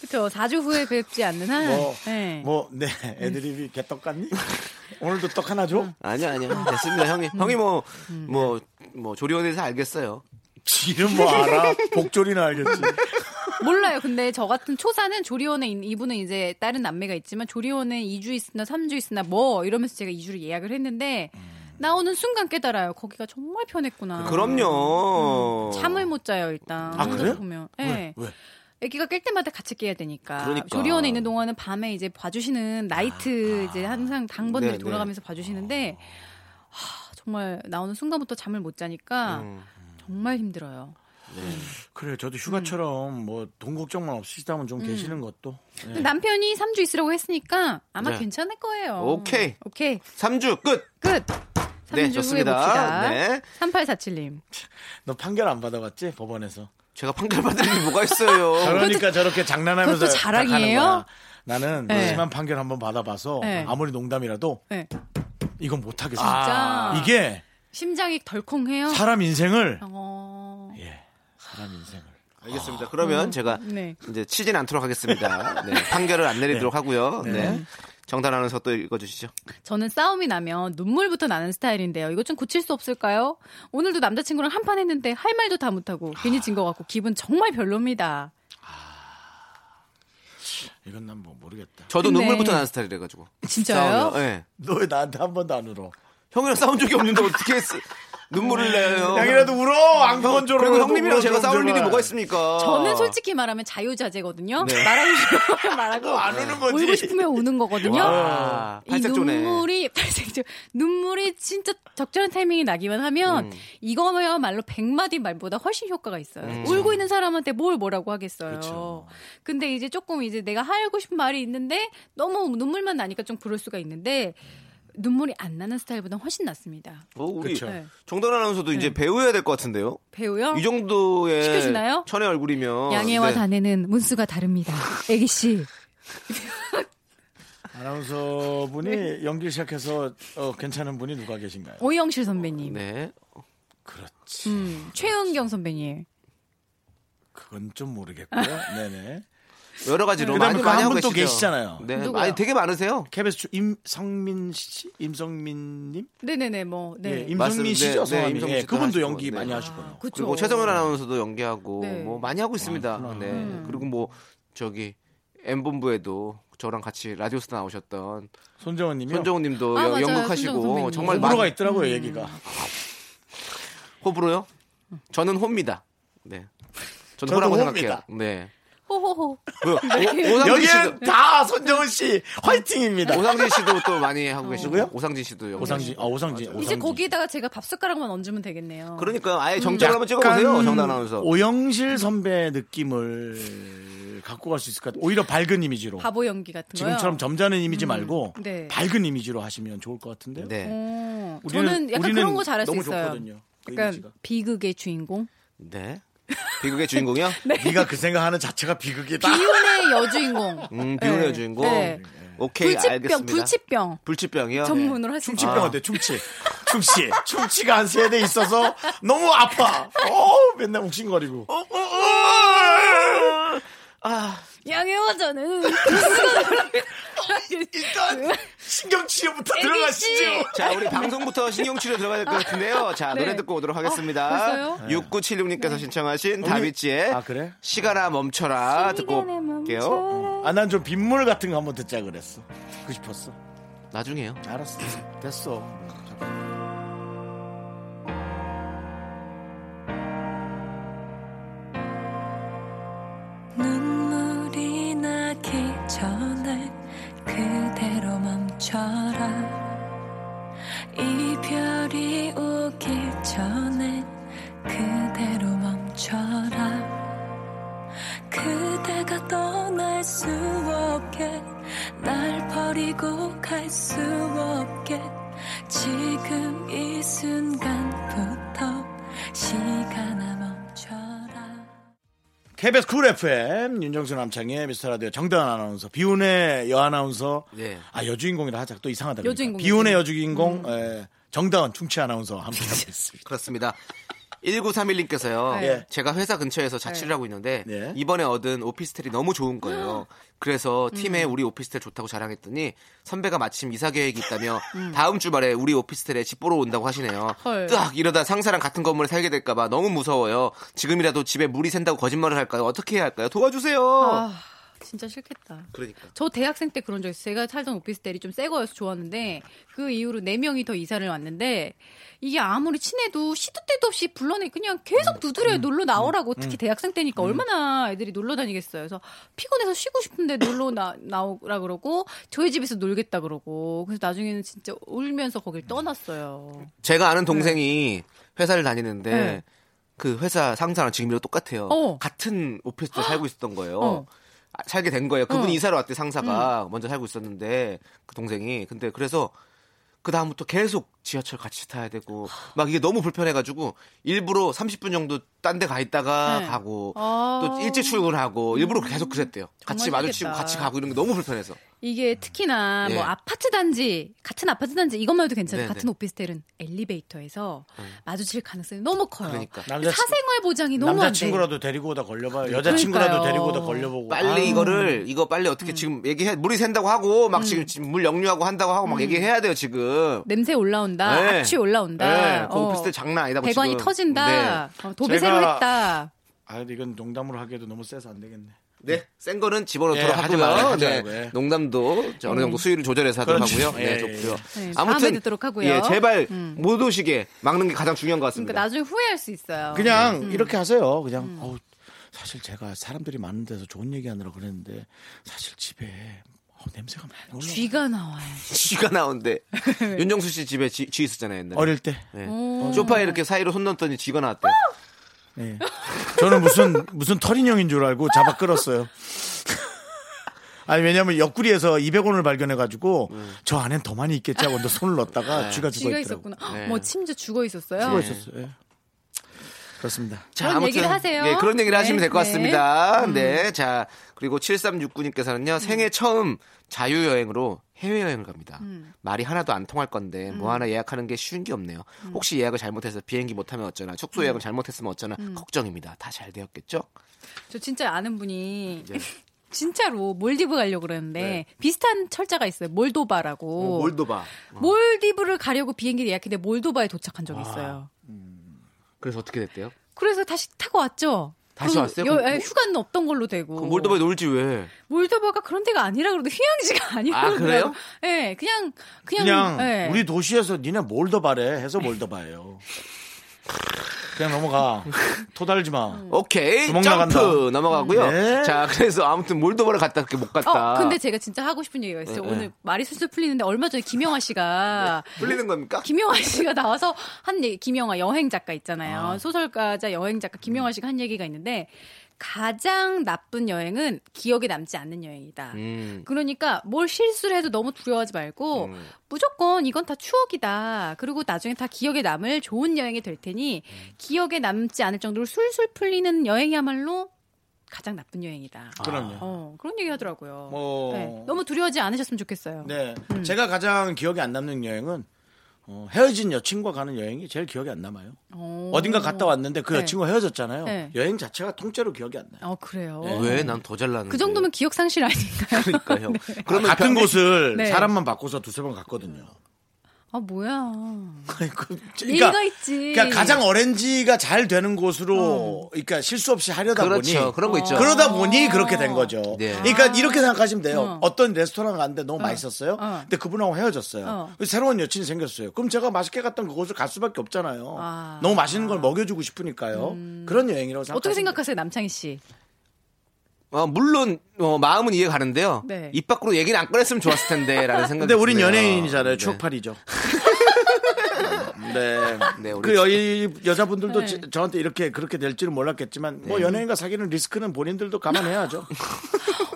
Speaker 5: 그렇죠. 4주 후에 뵙지 않는 한.
Speaker 1: 뭐,
Speaker 5: 네.
Speaker 1: 뭐, 네, 애드립이 개떡 같니? 오늘도 떡 하나 줘?
Speaker 2: 아니요, 아니요. 됐습니다, 형님. 형이 뭐, 뭐, 뭐, 조리원에서 알겠어요.
Speaker 1: 지는 뭐 알아? 복조리나 알겠지.
Speaker 5: 몰라요. 근데 저 같은 초사는 조리원에 있는 이분은 이제 다른 남매가 있지만 조리원에 2주 있으나 3주 있으나 뭐 이러면서 제가 2주를 예약을 했는데 나오는 순간 깨달아요. 거기가 정말 편했구나.
Speaker 2: 그럼요.
Speaker 5: 잠을 음. 못 자요 일단.
Speaker 1: 아, 그래요?
Speaker 5: 보면. 예.
Speaker 1: 왜?
Speaker 5: 애기가 깰 때마다 같이 깨야 되니까.
Speaker 2: 그러니까.
Speaker 5: 조리원에 있는 동안은 밤에 이제 봐주시는 나이트 이제 항상 당번들이
Speaker 2: 네, 네.
Speaker 5: 돌아가면서 봐주시는데 하, 정말 나오는 순간부터 잠을 못 자니까 정말 힘들어요.
Speaker 1: 그래, 저도 휴가처럼 뭐 돈 걱정만 없으시다면 좀 계시는 것도. 네.
Speaker 5: 근데 남편이 3주 있으라고 했으니까 아마
Speaker 2: 네.
Speaker 5: 괜찮을 거예요.
Speaker 2: 오케이.
Speaker 5: 오케이.
Speaker 2: 3주 끝!
Speaker 5: 끝. 3주
Speaker 2: 네,
Speaker 5: 후에
Speaker 2: 좋습니다.
Speaker 5: 봅시다.
Speaker 2: 네.
Speaker 5: 3847님.
Speaker 1: 너 판결 안 받아봤지? 법원에서.
Speaker 2: 제가 판결받을 일이 뭐가 있어요.
Speaker 1: 그러니까 저렇게 장난하면서
Speaker 5: 그것도 자랑이에요?
Speaker 1: 하는 거야. 나는
Speaker 5: 네.
Speaker 1: 심한 판결 한번 받아봐서
Speaker 5: 네.
Speaker 1: 아무리 농담이라도
Speaker 5: 네.
Speaker 1: 이건 못하겠어.
Speaker 5: 진짜
Speaker 1: 아, 이게
Speaker 5: 심장이 덜컹해요.
Speaker 1: 사람 인생을
Speaker 5: 어...
Speaker 1: 예, 사람 인생을
Speaker 2: 알겠습니다. 그러면 제가
Speaker 5: 네.
Speaker 2: 이제 치진 않도록 하겠습니다. 네, 판결을 안 내리도록 하고요. 네. 정단 아나운서 또 읽어주시죠.
Speaker 5: 저는 싸움이 나면 눈물부터 나는 스타일인데요. 이거 좀 고칠 수 없을까요? 오늘도 남자친구랑 한판 했는데 할 말도 다 못하고 괜히 진 것 같고 기분 정말 별로입니다.
Speaker 1: 이건 난 뭐 모르겠다.
Speaker 2: 저도
Speaker 5: 근데-
Speaker 2: 눈물부터 나는 스타일이라 가지고.
Speaker 5: 진짜요?
Speaker 2: 네.
Speaker 1: 너 왜 나한테 한 번도 안 울어?
Speaker 2: 형이랑 싸운 적이 없는데 어떻게 했- 눈물을 내요?
Speaker 1: 양이라도 울어. 안건조로
Speaker 2: 어. 그리고 형님이랑 제가 싸울 일이 뭐가 있습니까?
Speaker 5: 저는 솔직히 말하면 자유자재거든요.
Speaker 2: 어. 네.
Speaker 5: 말하고 싶으면 말하고
Speaker 1: 안 우는 거지.
Speaker 5: 울고 네. 싶으면 우는 거거든요.
Speaker 2: 와,
Speaker 5: 이
Speaker 2: 팔색조네.
Speaker 5: 눈물이 팔색조 눈물이 진짜 적절한 타이밍이 나기만
Speaker 2: 음.
Speaker 5: 하면 이거야말로 백마디 말보다 훨씬 효과가 있어요.
Speaker 2: 음.
Speaker 5: 울고 있는 사람한테 뭘 뭐라고 하겠어요. 근데 이제 조금 이제 내가 하고 싶은 말이 있는데 너무 눈물만 나니까 좀 그럴 수가 있는데 눈물이 안 나는 스타일보다 훨씬 낫습니다.
Speaker 2: 어, 우리
Speaker 1: 그쵸.
Speaker 5: 네.
Speaker 2: 정단 아나운서도 이제 배우해야 될 것 같은데요.
Speaker 5: 배우요?
Speaker 2: 이 정도의
Speaker 5: 시켜주나요?
Speaker 2: 천의 얼굴이면
Speaker 5: 양해와
Speaker 2: 네.
Speaker 5: 단애는 문수가 다릅니다. 애기 씨.
Speaker 1: 아나운서
Speaker 5: 네.
Speaker 1: 분이 연기 를 시작해서 어, 괜찮은 분이 누가 계신가요?
Speaker 5: 오영실 선배님,
Speaker 2: 네.
Speaker 1: 그렇지.
Speaker 5: 음, 최은경 선배님.
Speaker 1: 그건 좀 모르겠고요. 네네.
Speaker 2: 여러 가지로
Speaker 1: 그다음에
Speaker 2: 많이
Speaker 1: 그
Speaker 2: 많이
Speaker 1: 한
Speaker 2: 하고
Speaker 1: 분또
Speaker 2: 계시죠.
Speaker 1: 계시잖아요.
Speaker 2: 네.
Speaker 5: 누구요?
Speaker 2: 많이 되게 많으세요.
Speaker 1: KBS 주- 임성민 씨, 임성민님,
Speaker 5: 네네네 뭐
Speaker 1: 예,
Speaker 5: 네.
Speaker 1: 임성민
Speaker 2: 맞습니다.
Speaker 1: 씨죠
Speaker 2: 네,
Speaker 1: 성함이.
Speaker 2: 임성민
Speaker 1: 예,
Speaker 2: 씨도
Speaker 1: 그분도
Speaker 2: 하시고,
Speaker 1: 연기
Speaker 2: 네.
Speaker 1: 많이
Speaker 2: 아,
Speaker 1: 하시고요.
Speaker 5: 그쵸.
Speaker 2: 그리고 최정은 아나운서도 연기하고
Speaker 5: 네. 음.
Speaker 2: 뭐 많이 하고 있습니다. 네. 그리고 뭐 저기 M 본부에도 저랑 같이 라디오스타 나오셨던
Speaker 1: 손정원님이요.
Speaker 2: 손정우님도
Speaker 5: 아,
Speaker 2: 여-
Speaker 5: 맞아요. 손정우
Speaker 2: 연극하시고
Speaker 5: 선배님.
Speaker 2: 정말 많이
Speaker 1: 호불호가 있더라고요
Speaker 5: 음.
Speaker 1: 얘기가.
Speaker 2: 호불호요? 저는 호입니다. 네. 저는
Speaker 1: 저도
Speaker 2: 호라고
Speaker 1: 호입니다.
Speaker 2: 생각해요. 네.
Speaker 5: 호호호.
Speaker 2: 그
Speaker 5: 네.
Speaker 2: 오- 오상진 씨도
Speaker 1: 여기는 다 손정원 씨 화이팅입니다.
Speaker 2: 오상진 씨도 또 많이 하고 계시고요.
Speaker 1: 아, 누구요?
Speaker 2: 오상진 씨도 연기.
Speaker 1: 오상진, 아 오상진, 오상진.
Speaker 5: 이제 거기다가 제가 밥 숟가락만 얹으면 되겠네요.
Speaker 2: 그러니까 아예 정자로 한번 찍어보세요.
Speaker 1: 약간
Speaker 2: 정단 아나운서.
Speaker 1: 오영실 선배 느낌을 갖고 갈 수 있을 것 같아요. 오히려 밝은 이미지로.
Speaker 5: 바보 연기 같은 거요.
Speaker 1: 지금처럼 점잖은 이미지 말고
Speaker 5: 네.
Speaker 1: 밝은 이미지로 하시면 좋을 것 같은데요.
Speaker 2: 네.
Speaker 5: 어,
Speaker 1: 우리는-
Speaker 5: 저는 약간
Speaker 1: 우리는
Speaker 5: 그런 거 잘할 수
Speaker 1: 너무
Speaker 5: 있어요.
Speaker 1: 좋거든요. 그
Speaker 5: 약간
Speaker 1: 이미지가.
Speaker 5: 비극의 주인공,
Speaker 2: 네. 비극의 주인공이요?
Speaker 1: 네가 그 생각하는 자체가 비극이다.
Speaker 5: 비운의 여주인공,
Speaker 2: 음, 비운의
Speaker 5: 네.
Speaker 2: 주인공.
Speaker 5: 네.
Speaker 2: 오케이,
Speaker 5: 불치병,
Speaker 2: 알겠습니다.
Speaker 5: 불치병
Speaker 1: 아,
Speaker 2: 불치병이요? 네.
Speaker 5: 전문으로 할수 있어요.
Speaker 1: 충치병 어때? 충치. 충치. 충치가 한 세대 있어서 너무 아파. 어 맨날 욱신거리고.
Speaker 5: 어, 양해와 저는 불수가
Speaker 1: 부터 들어가시죠.
Speaker 2: 네. 자, 우리 방송부터 신경치료 들어가야 될 것 같은데요. 자,
Speaker 8: 네.
Speaker 2: 노래 듣고 오도록 하겠습니다.
Speaker 8: 벌써요?
Speaker 2: 6976님께서 신청하신 다비치의
Speaker 1: 네. 아, 그래?
Speaker 2: 시간아 음. 멈춰라 듣고 올게요.
Speaker 1: 아, 난 좀 빗물 같은 거 한번 듣자 그랬어. 듣고 싶었어.
Speaker 2: 나중에요.
Speaker 1: 알았어. 됐어.
Speaker 5: 눈물이 나기 전에 그대로 멈춰라 이별이 오기 전에 그대로 멈춰라 그대가 떠날 수 없게 날 버리고 갈 수 없게 지금 이 순간부터 시간아 멈춰라
Speaker 1: KBS 쿨 FM 윤정수 남창의 미스터 라디오 정다은 아나운서 비운의 여 아나운서
Speaker 2: 네.
Speaker 1: 아 여주인공이라 하자 또 이상하다
Speaker 8: 여주인공,
Speaker 1: 그러니까. 비운의
Speaker 8: 음.
Speaker 1: 여주인공 에, 정다은 충치 아나운서 함께하고 있습니다.
Speaker 2: 그렇습니다. 1931님께서요.
Speaker 1: 예.
Speaker 2: 제가 회사 근처에서 자취를 하고 있는데
Speaker 1: 예.
Speaker 2: 이번에 얻은 오피스텔이 너무 좋은 거예요. 그래서 팀에 우리 오피스텔 좋다고 자랑했더니 선배가 마침 이사 계획이 있다며 다음 주말에 우리 오피스텔에 집 보러 온다고 하시네요.
Speaker 8: 헐.
Speaker 2: 딱 이러다 상사랑 같은 건물에 살게 될까 봐 너무 무서워요. 지금이라도 집에 물이 샌다고 거짓말을 할까요? 어떻게 해야 할까요? 도와주세요.
Speaker 8: 아, 진짜 싫겠다.
Speaker 2: 그러니까.
Speaker 8: 저 대학생 때 그런 적 있어요. 제가 살던 오피스텔이 좀 새 거여서 좋았는데 그 이후로 네 명이 더 이사를 왔는데 이게 아무리 친해도 시도 때도 없이 불러내 그냥 계속 두드려 요 놀러 나오라고 특히 대학생 때니까 얼마나 애들이 놀러 다니겠어요. 그래서 피곤해서 쉬고 싶은데 놀러 나, 나오라 그러고 저희 집에서 놀겠다 그러고 그래서 나중에는 진짜 울면서 거길 떠났어요.
Speaker 2: 제가 아는 동생이 회사를 다니는데
Speaker 8: 네.
Speaker 2: 그 회사 상사랑 지금이랑 똑같아요.
Speaker 8: 어.
Speaker 2: 같은 오피스텔 살고 있었던 거예요.
Speaker 8: 어.
Speaker 2: 아, 살게 된 거예요. 그분이
Speaker 8: 어. 음.
Speaker 2: 이사를 왔대 상사가 먼저 살고 있었는데 그 동생이 근데 그래서 그 다음부터 계속 지하철 같이 타야 되고 막 이게 너무 불편해가지고 일부러 30분 정도 딴 데 가 있다가
Speaker 8: 네.
Speaker 2: 가고
Speaker 8: 아.
Speaker 2: 또 일찍 출근하고 일부러 계속 그랬대요. 같이
Speaker 8: 정말
Speaker 2: 마주치고
Speaker 8: 힘들겠다.
Speaker 2: 같이 가고 이런 게 너무 불편해서
Speaker 8: 이게 특히나
Speaker 2: 예.
Speaker 8: 뭐 아파트 단지 같은 아파트 단지 이것만 해도 괜찮아요.
Speaker 2: 네네. 음.
Speaker 8: 같은 오피스텔은 엘리베이터에서 마주칠 가능성이 너무 커요.
Speaker 2: 그러니까.
Speaker 1: 남자-
Speaker 8: 사생활 보장이 너무 안
Speaker 1: 남자친구라도 데리고 오다 걸려봐요. 여자친구라도
Speaker 8: 그러니까요.
Speaker 1: 데리고 오다 걸려보고.
Speaker 2: 빨리
Speaker 1: 아유,
Speaker 2: 이거를 이거 빨리
Speaker 8: 음.
Speaker 2: 어떻게 지금 얘기해 물이 샌다고 하고 막 지금 지금 물 역류하고 한다고
Speaker 8: 음.
Speaker 2: 하고 막 얘기해야 돼요 지금.
Speaker 8: 돼. 냄새 올라온다.
Speaker 2: 네.
Speaker 8: 악취 올라온다.
Speaker 2: 네, 그 오피스텔 장난 아니다,
Speaker 8: 배관이
Speaker 2: 지금. 네.
Speaker 8: 터진다. 어, 도배
Speaker 1: 제가-
Speaker 8: 새로 했다.
Speaker 1: 아 근데 이건 농담으로 하기에도 너무 세서 안 되겠네.
Speaker 2: 네, 센 거는 집어넣도록
Speaker 1: 예, 하지
Speaker 2: 하고요.
Speaker 1: 말아요, 하지
Speaker 2: 네,
Speaker 1: 말고요.
Speaker 2: 농담도 이제 어느 정도 수위를 조절해서 하도록
Speaker 1: 그렇죠.
Speaker 2: 하고요. 네,
Speaker 1: 예,
Speaker 2: 좋고요.
Speaker 8: 예. 음. 네, 다음에
Speaker 2: 아무튼
Speaker 8: 듣도록 하고요. 음.
Speaker 2: 예, 제발 못 오시게 막는 게 가장 중요한 것
Speaker 8: 그러니까
Speaker 2: 같습니다.
Speaker 8: 나중에 후회할 수 있어요.
Speaker 1: 그냥
Speaker 8: 음.
Speaker 1: 이렇게 하세요. 그냥 어우, 사실 제가 사람들이 많은 데서 좋은 얘기하느라 그랬는데 사실 집에 어, 냄새가 많이 올라.
Speaker 8: 쥐가 나와요.
Speaker 2: 쥐가 나온대.
Speaker 8: 네.
Speaker 2: 윤정수 씨 집에 쥐, 쥐 있었잖아요, 옛날에.
Speaker 1: 어릴 때.
Speaker 2: 네. 소파에 이렇게 사이로 손 넣었더니 쥐가 나왔대.
Speaker 8: 아,
Speaker 1: 예. 저는 무슨 무슨 털인형인 줄 알고 잡아 끌었어요. 아니 왜냐면 옆구리에서 200원을 발견해가지고 저 안엔 더 많이 있겠지 하고 또 손을 넣었다가 쥐가 죽어
Speaker 8: 쥐가
Speaker 1: 있더라고.
Speaker 8: 있었구나. 네.
Speaker 2: 네.
Speaker 8: 뭐 침주 죽어 있었어요.
Speaker 1: 죽어 있었어요. 예. 그렇습니다.
Speaker 8: 그런 얘기를 하세요.
Speaker 2: 예, 그런 얘기를
Speaker 8: 네,
Speaker 2: 하시면 될 것
Speaker 8: 네.
Speaker 2: 같습니다. 네. 자, 그리고 7369님께서는요, 생애 처음 자유여행으로 해외여행을 갑니다.
Speaker 8: 음.
Speaker 2: 말이 하나도 안 통할 건데, 뭐 하나 예약하는 게 쉬운 게 없네요.
Speaker 8: 음.
Speaker 2: 혹시 예약을 잘못해서 비행기 못하면 어쩌나, 숙소 예약을 잘못했으면 어쩌나,
Speaker 8: 음.
Speaker 2: 걱정입니다. 다 잘 되었겠죠?
Speaker 8: 저 진짜 아는 분이
Speaker 2: 네.
Speaker 8: 진짜로 몰디브 가려고 그러는데 비슷한 철자가 있어요. 몰도바라고.
Speaker 2: 뭐 어, 몰도바.
Speaker 8: 음. 몰디브를 가려고 비행기를 예약했는데 몰도바에 도착한
Speaker 2: 아.
Speaker 8: 적이 있어요.
Speaker 2: 그래서 어떻게 됐대요?
Speaker 8: 그래서 다시 타고 왔죠.
Speaker 2: 다시
Speaker 8: 그
Speaker 2: 왔어요?
Speaker 8: 여-
Speaker 2: 그럼
Speaker 8: 예,
Speaker 2: 뭐-
Speaker 8: 휴가는 없던 걸로 되고.
Speaker 2: 그럼 몰도바에 놀지 왜?
Speaker 8: 몰도바가 그런 데가 아니라 그러는데 휴양지가 아니라고.
Speaker 2: 아, 그래요?
Speaker 8: 예, 그냥 그냥
Speaker 1: 그냥
Speaker 8: 예.
Speaker 1: 우리 도시에서 니네 뭘 더 바래 해서 뭘 더 바예요. 그냥 넘어가. 토달지 마.
Speaker 8: 음.
Speaker 2: 오케이.
Speaker 1: 주먹
Speaker 2: 점프!
Speaker 1: 나간다.
Speaker 2: 넘어가고요.
Speaker 1: 네.
Speaker 2: 자, 그래서 아무튼 몰도바를 갔다, 그렇게 못 갔다.
Speaker 8: 어, 근데 제가 진짜 하고 싶은 얘기가 있어요.
Speaker 2: 네,
Speaker 8: 오늘
Speaker 2: 네.
Speaker 8: 말이 술술 풀리는데 얼마 전에 김영아 씨가
Speaker 2: 풀리는 겁니까?
Speaker 8: 김영아 씨가 나와서 한 얘기, 김영아 여행 작가 있잖아요. 소설가자 여행 작가 김영아 씨가 한 얘기가 있는데 가장 나쁜 여행은 기억에 남지 않는 여행이다.
Speaker 2: 음.
Speaker 8: 그러니까 뭘 실수를 해도 너무 두려워하지 말고 무조건 이건 다 추억이다. 그리고 나중에 다 기억에 남을 좋은 여행이 될 테니 기억에 남지 않을 정도로 술술 풀리는 여행이야말로 가장 나쁜 여행이다.
Speaker 1: 그럼요.
Speaker 8: 어, 그런 얘기 하더라고요.
Speaker 1: 뭐-
Speaker 8: 네, 너무 두려워하지 않으셨으면 좋겠어요.
Speaker 1: 네. 제가 가장 기억에 안 남는 여행은 어, 헤어진 여친과 가는 여행이 제일 기억이 안 남아요.
Speaker 8: 어.
Speaker 1: 어딘가 갔다 왔는데 그
Speaker 8: 네.
Speaker 1: 여친과 헤어졌잖아요.
Speaker 8: 네.
Speaker 1: 여행 자체가 통째로 기억이 안 나요.
Speaker 8: 어 그래요.
Speaker 2: 아,
Speaker 1: 네.
Speaker 2: 왜? 난 더 잘났는데.
Speaker 8: 그 정도면 기억 상실 아닌가요?
Speaker 2: 그러니까 형. 그러면
Speaker 1: 같은 곳을
Speaker 8: 네.
Speaker 1: 사람만 바꿔서 두세 번 갔거든요.
Speaker 8: 아 뭐야.
Speaker 1: 그-
Speaker 8: 일리가 있지.
Speaker 1: 그러니까 가장 어렌지가 잘 되는 곳으로 그러니까 실수 없이 하려다
Speaker 2: 그렇죠.
Speaker 1: 보니 어.
Speaker 2: 그런 거 있죠.
Speaker 1: 그러다 보니 그렇게 된 거죠.
Speaker 2: 네.
Speaker 1: 그러니까 이렇게 생각하시면 돼요.
Speaker 8: 어.
Speaker 1: 어. 떤 레스토랑 갔는데 너무 맛있었어요.
Speaker 8: 어.
Speaker 1: 근데 그분하고 헤어졌어요.
Speaker 8: 어.
Speaker 1: 그래서 새로운 여친이 생겼어요. 그럼 제가 맛있게 갔던 그곳을 갈 수밖에 없잖아요.
Speaker 8: 아.
Speaker 1: 너무 맛있는 걸 먹여주고 싶으니까요. 그런 여행이라고 생각.
Speaker 8: 어떻게 생각하세요, 남창희 씨?
Speaker 2: 어, 물론 어, 마음은 이해 가는데요.
Speaker 8: 네.
Speaker 2: 입 밖으로 얘기는 안 꺼냈으면 좋았을 텐데라는 생각이.
Speaker 1: 근데 우린
Speaker 2: 드네요.
Speaker 1: 연예인이잖아요.
Speaker 2: 네.
Speaker 1: 추억팔이죠. 네.
Speaker 2: 네, 우리
Speaker 1: 그 여, 여자분들도
Speaker 8: 네.
Speaker 1: 지- 저한테 이렇게 그렇게 될지는 몰랐겠지만 뭐
Speaker 2: 네.
Speaker 1: 연예인과 사귀는 리스크는 본인들도 감안해야죠.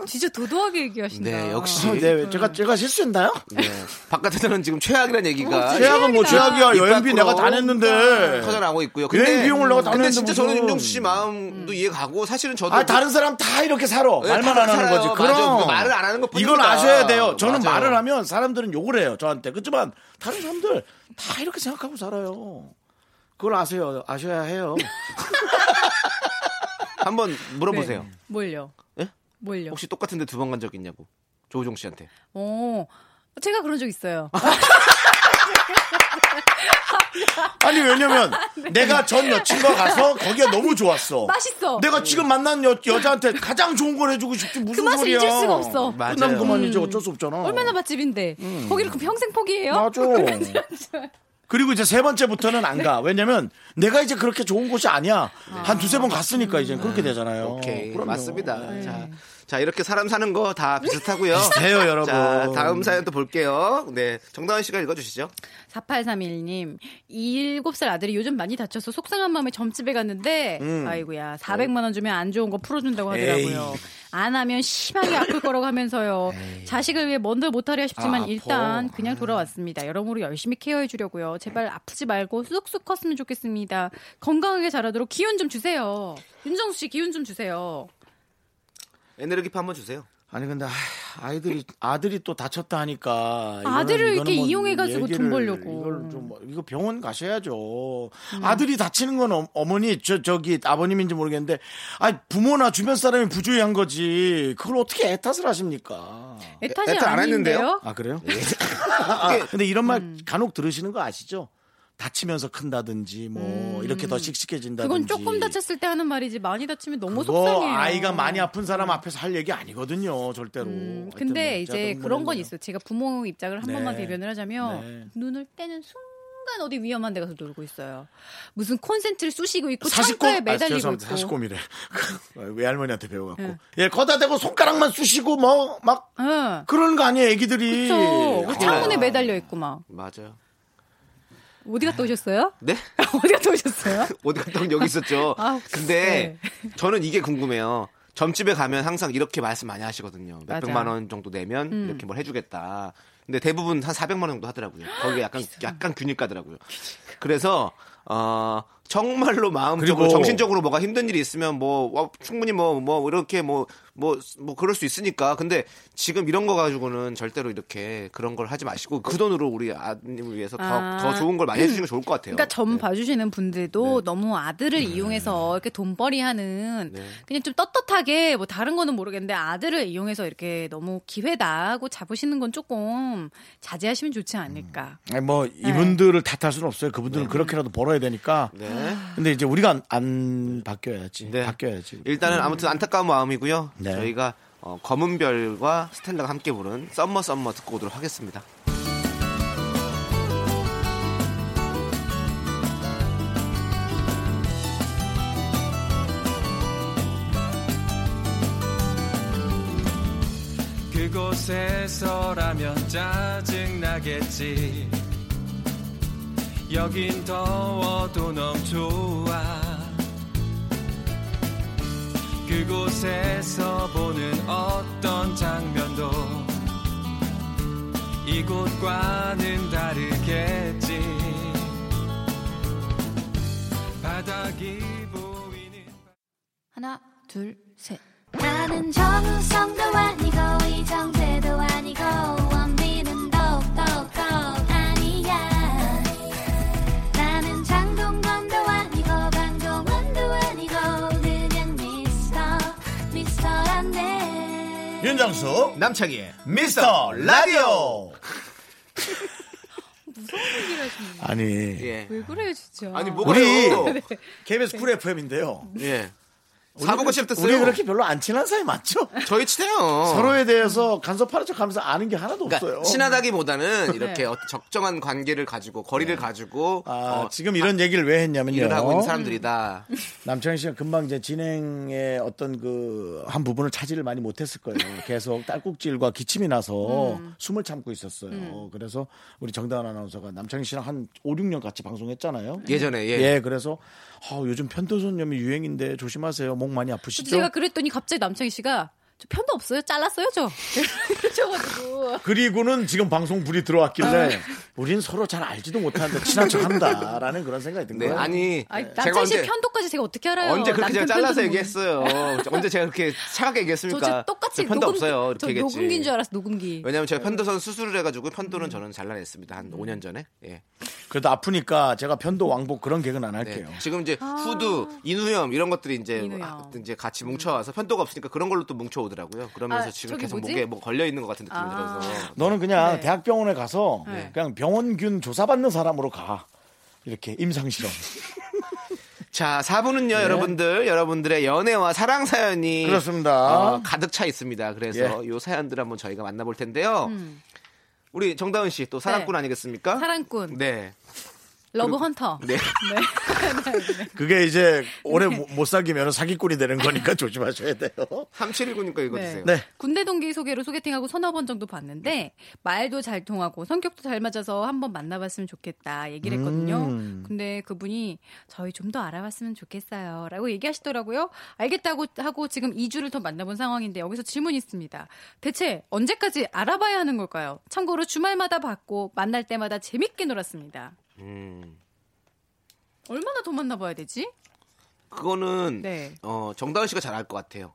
Speaker 8: 진짜 도도하게 얘기하신다.
Speaker 2: 아, 네, 역시.
Speaker 1: 어, 네, 제가 제가 실수했나요?
Speaker 2: 네. 바깥에서는 지금 최악이라는 얘기가
Speaker 1: 최악은 뭐
Speaker 8: 최악이다.
Speaker 1: 최악이야. 여행비
Speaker 2: 아, 입 밖으로
Speaker 1: 내가 다 냈는데.
Speaker 2: 터져나오고 있고요.
Speaker 1: 여행 비용을 내가 다
Speaker 2: 근데
Speaker 1: 냈는데
Speaker 2: 진짜
Speaker 1: 무슨.
Speaker 2: 저는 윤정수 씨 마음도 이해 가고 사실은 저도
Speaker 1: 아 다른 사람 다 이렇게 살아.
Speaker 2: 네,
Speaker 1: 말만
Speaker 2: 다
Speaker 1: 안 하는
Speaker 2: 살아요.
Speaker 1: 거지.
Speaker 2: 맞아.
Speaker 1: 그럼
Speaker 2: 그 말을 안 하는 것뿐이다.
Speaker 1: 이걸 아셔야 돼요. 저는
Speaker 2: 맞아요.
Speaker 1: 말을 하면 사람들은 욕을 해요. 저한테. 그렇지만 다른 사람들 다 이렇게 생각하고 살아요. 그걸 아세요. 아셔야 해요.
Speaker 2: 한번 물어보세요.
Speaker 8: 뭘요?
Speaker 2: 예?
Speaker 8: 뭘요?
Speaker 2: 혹시 똑같은데 두 번 간 적 있냐고. 조우종 씨한테.
Speaker 8: 어. 제가 그런 적 있어요. 아,
Speaker 1: 아니 왜냐면
Speaker 2: 네.
Speaker 1: 내가 전 여친과 가서 거기가 너무 좋았어.
Speaker 8: 맛있어.
Speaker 1: 내가 지금 만난 여, 여자한테 가장 좋은 걸 해주고 싶지 무슨
Speaker 8: 그 맛을
Speaker 1: 소리야.
Speaker 8: 잊을 수가 없어.
Speaker 2: 맞아요.
Speaker 1: 그럼 그만이죠. 어쩔 수 없잖아.
Speaker 8: 얼마나 맛집인데. 거기를 그럼 평생 포기해요?
Speaker 1: 맞아.
Speaker 8: 그런 줄
Speaker 1: 그리고 이제 세 번째부터는 안 가. 왜냐면 내가 이제 그렇게 좋은 곳이 아니야. 한 두세 번 갔으니까 이제 그렇게 되잖아요.
Speaker 2: 오케이.
Speaker 1: 어, 그럼요.
Speaker 2: 맞습니다. 자, 자, 이렇게 사람 사는 거 다 비슷하고요.
Speaker 1: 비슷해요, 여러분.
Speaker 2: 자, 다음 사연 또 볼게요. 네. 정다은 씨가 읽어주시죠.
Speaker 8: 4831님, 7살 아들이 요즘 많이 다쳐서 속상한 마음에 점집에 갔는데, 아이고야, 400만원 주면 안 좋은 거 풀어준다고 하더라고요.
Speaker 1: 음. 에이.
Speaker 8: 안 하면 심하게 아플 거라고 하면서요. 자식을 위해 뭔들 못하려
Speaker 1: 아,
Speaker 8: 싶지만
Speaker 1: 아파.
Speaker 8: 일단 그냥 돌아왔습니다. 여러모로 열심히 케어해 주려고요. 제발 아프지 말고 쑥쑥 컸으면 좋겠습니다. 건강하게 자라도록 기운 좀 주세요. 윤정수 씨 기운 좀 주세요.
Speaker 2: 에너지파 한번 주세요.
Speaker 1: 아니 근데 아, 아이들이 아들이 또 다쳤다 하니까 이거는-
Speaker 8: 아들을
Speaker 1: 이거는 뭐
Speaker 8: 이렇게 이용해가지고
Speaker 1: 얘기를-
Speaker 8: 돈 벌려고. 음.
Speaker 1: 이걸 좀 뭐- 이거 병원 가셔야죠. 아들이 다치는 건 어, 머니저 저기 아버님인지 모르겠는데 아 부모나 주변 사람이 부주의한 거지 그걸 어떻게 애 탓을 하십니까?
Speaker 8: 애타지
Speaker 2: 애타 안 했는데요?
Speaker 8: 아닌데요?
Speaker 1: 아 그래요? 아,
Speaker 8: 예.
Speaker 1: 아, 근데 이런 말
Speaker 8: 음.
Speaker 1: 간혹 들으시는 거 아시죠? 다치면서 큰다든지 뭐 이렇게 더 씩씩해진다든지
Speaker 8: 음. 그건 조금 다쳤을 때 하는 말이지 많이 다치면 너무
Speaker 1: 그거
Speaker 8: 속상해요.
Speaker 1: 아이가 많이 아픈 사람 앞에서 할 얘기 아니거든요 절대로.
Speaker 8: 음,
Speaker 1: 하여튼 뭐
Speaker 8: 근데 이제
Speaker 1: 자동문은
Speaker 8: 그런 건
Speaker 1: 뭐예요.
Speaker 8: 있어요. 제가 부모 입장을 한
Speaker 1: 네.
Speaker 8: 번만 대변을 하자면
Speaker 1: 네.
Speaker 8: 눈을 떼는 순간 어디 위험한 데 가서 놀고 있어요. 무슨 콘센트를 쑤시고 있고
Speaker 1: 사십곰
Speaker 8: 그 창가에
Speaker 1: 아,
Speaker 8: 매달리고 네.
Speaker 1: 죄송합니다.
Speaker 8: 있고.
Speaker 1: 사십곰이래 그 외할머니한테 배워갖고 예 거다 대고 손가락만 쑤시고 뭐 막
Speaker 8: 예.
Speaker 1: 그런 거 아니에요 애기들이
Speaker 8: 그쵸.
Speaker 1: 아,
Speaker 8: 창문에 매달려 있고 막.
Speaker 2: 맞아요.
Speaker 8: 어디 갔다 오셨어요?
Speaker 2: 네?
Speaker 8: 어디 갔다 오셨어요?
Speaker 2: 어디 갔다 온 여기 있었죠.
Speaker 8: 아, 네.
Speaker 2: 근데 저는 이게 궁금해요. 점집에 가면 항상 이렇게 말씀 많이 하시거든요. 몇
Speaker 8: 맞아.
Speaker 2: 백만 원 정도 내면
Speaker 8: 음.
Speaker 2: 이렇게 뭘 해주겠다. 근데 대부분 한 400만 원 정도 하더라고요. 거기 약간 약간 균일가더라고요. 그래서 어 정말로 마음적으로
Speaker 1: 그리고-
Speaker 2: 정신적으로 뭐가 힘든 일이 있으면 뭐 와, 충분히 뭐 뭐 이렇게 뭐 뭐 뭐 그럴 수 있으니까 근데 지금 이런 거 가지고는 절대로 이렇게 그런 걸 하지 마시고 그 돈으로 우리 아님을 위해서 더,
Speaker 8: 아.
Speaker 2: 더 좋은 걸 많이 해주시는 게 좋을 것 같아요.
Speaker 8: 그러니까 점
Speaker 2: 네.
Speaker 8: 봐주시는 분들도 너무 아들을 이용해서 이렇게 돈벌이하는
Speaker 2: 네.
Speaker 8: 그냥 좀 떳떳하게 뭐 다른 거는 모르겠는데 아들을 이용해서 이렇게 너무 기회다 하고 잡으시는 건 조금 자제하시면 좋지 않을까.
Speaker 2: 음.
Speaker 1: 아니, 뭐 이분들을 탓할 수는 없어요 그분들은
Speaker 8: 네.
Speaker 1: 그렇게라도 벌어야 되니까
Speaker 2: 네.
Speaker 1: 근데 이제 우리가 안, 안 바뀌어야지
Speaker 2: 네.
Speaker 1: 바뀌어야지
Speaker 2: 일단은 아무튼 안타까운 마음이고요.
Speaker 1: 음. 네.
Speaker 2: 저희가 어, 검은별과 스텔라가 함께 부른 썸머 썸머 듣고 오도록 하겠습니다.
Speaker 7: 그곳에서라면 짜증나겠지 여긴 더워도 너무 좋아 그곳에서 보는 어떤 장면도 이곳과는 다르겠지 바닥이 보이는
Speaker 8: 하나, 둘, 셋.
Speaker 6: 나는 정우성도 아니고 이정재도 아니고 원빈은 더욱더 아니야
Speaker 1: 윤정수
Speaker 2: 남창희의
Speaker 1: 미스터 라디오
Speaker 8: 무서운 얘기를 하시는
Speaker 1: 아니
Speaker 2: 예.
Speaker 8: 왜 그래요 진짜
Speaker 2: 아니
Speaker 1: 우리
Speaker 2: 뭐가요?
Speaker 8: 네.
Speaker 1: KBS 쿨 FM인데요
Speaker 2: 예. 사고가 칠때
Speaker 1: 우리
Speaker 2: 쓰요.
Speaker 1: 그렇게 별로 안 친한 사이 맞죠?
Speaker 2: 저희 친해요.
Speaker 1: 서로에 대해서 간섭하는 척하면서 아는 게 하나도 없어요
Speaker 2: 그러니까 친하다기보다는 이렇게
Speaker 8: 네.
Speaker 2: 어- 적정한 관계를 가지고 거리를 가지고
Speaker 1: 네. 아,
Speaker 2: 어,
Speaker 1: 지금 이런 얘기를 왜 했냐면요
Speaker 2: 일을 하고 있는 사람들이다.
Speaker 1: 남창희 씨가 금방 이제 진행의 어떤 그 한 부분을 차지를 많이 못했을 거예요. 계속 딸꾹질과 기침이 나서
Speaker 2: 음.
Speaker 1: 숨을 참고 있었어요. 그래서 우리 정다은 아나운서가 남창희 씨랑 한 5, 6년 같이 방송했잖아요.
Speaker 2: 예전에, 예.
Speaker 1: 그래서 아, 요즘 편도선염이 유행인데 조심하세요. 목 많이 아프시죠?
Speaker 8: 제가 그랬더니 갑자기 남창희 씨가 저 편도 없어요 잘랐어요 저 그러셔가지고
Speaker 1: 그리고는 지금 방송 불이
Speaker 2: 아.
Speaker 1: 들어왔길래 우린 서로 잘 알지도 못하는데 친한 척한다라는 그런 생각이 든
Speaker 2: 네,
Speaker 1: 거예요.
Speaker 2: 아니,
Speaker 8: 아니,
Speaker 2: 제가
Speaker 8: 남창희 씨
Speaker 2: 언제
Speaker 8: 편도까지 제가 어떻게 알아요
Speaker 2: 언제 그렇게 제가
Speaker 8: 남편
Speaker 2: 잘라서
Speaker 8: 편도는 뭐.
Speaker 2: 얘기했어요. 언제 제가 그렇게 차갑게
Speaker 8: 저
Speaker 2: 얘기했습니까?
Speaker 8: 진짜 똑같이
Speaker 2: 저 편도
Speaker 8: 녹음,
Speaker 2: 없어요. 이렇게
Speaker 8: 저
Speaker 2: 얘기했지.
Speaker 8: 녹음기인 줄 알았어 녹음기
Speaker 2: 왜냐면 제가 편도선 수술을 해가지고
Speaker 8: 음.
Speaker 2: 편도는 저는 잘라냈습니다. 한 5년 전에. 예.
Speaker 1: 그래도 아프니까 제가 편도 왕복 그런 개그는 안
Speaker 2: 네.
Speaker 1: 할게요.
Speaker 2: 지금 이제 후두, 인후염 이런 것들이 이제
Speaker 8: 아. 인후염. 음.
Speaker 2: 아, 이제 같이 뭉쳐와서 편도가 없으니까 그런 걸로 또 뭉쳐오더라고요. 그러면서
Speaker 8: 아,
Speaker 2: 지금
Speaker 8: 저기
Speaker 2: 계속
Speaker 8: 뭐지? 아.
Speaker 2: 목에 뭐 걸려 있는 것 같은 느낌이 들어서.
Speaker 1: 너는 그냥
Speaker 8: 네.
Speaker 1: 대학병원에 가서
Speaker 8: 네.
Speaker 1: 그냥 병원균 조사받는 사람으로 가. 이렇게 임상실험.
Speaker 2: 자, 4부는요,
Speaker 8: 네.
Speaker 2: 여러분들, 여러분들의 연애와 사랑 사연이
Speaker 1: 그렇습니다.
Speaker 2: 어, 가득 차 있습니다. 그래서
Speaker 8: 예.
Speaker 2: 요 사연들 한번 저희가 만나볼 텐데요. 우리 정다은 씨 또 사랑꾼
Speaker 8: 음. 네.
Speaker 2: 아니겠습니까?
Speaker 8: 사랑꾼
Speaker 2: 네.
Speaker 8: 러브 헌터
Speaker 2: 네.
Speaker 1: 그게 이제 오래 못- 못 사귀면 사기꾼이 되는 거니까 조심하셔야 돼요.
Speaker 2: 3719니까 읽어 주세요. 네.
Speaker 1: 네.
Speaker 8: 군대 동기 소개로 소개팅하고 서너 번 정도 봤는데 말도 잘 통하고 성격도 잘 맞아서 한번 만나봤으면 좋겠다 얘기를 했거든요.
Speaker 2: 음.
Speaker 8: 근데 그분이 저희 좀 더 알아봤으면 좋겠어요. 라고 얘기하시더라고요. 알겠다고 하고 지금 2주를 더 만나본 상황인데 여기서 질문이 있습니다. 대체 언제까지 알아봐야 하는 걸까요? 참고로 주말마다 봤고 만날 때마다 재밌게 놀았습니다.
Speaker 2: 음.
Speaker 8: 얼마나 더 만나봐야 되지?
Speaker 2: 그거는
Speaker 8: 네.
Speaker 2: 어, 정다은 씨가 잘 알 것 같아요.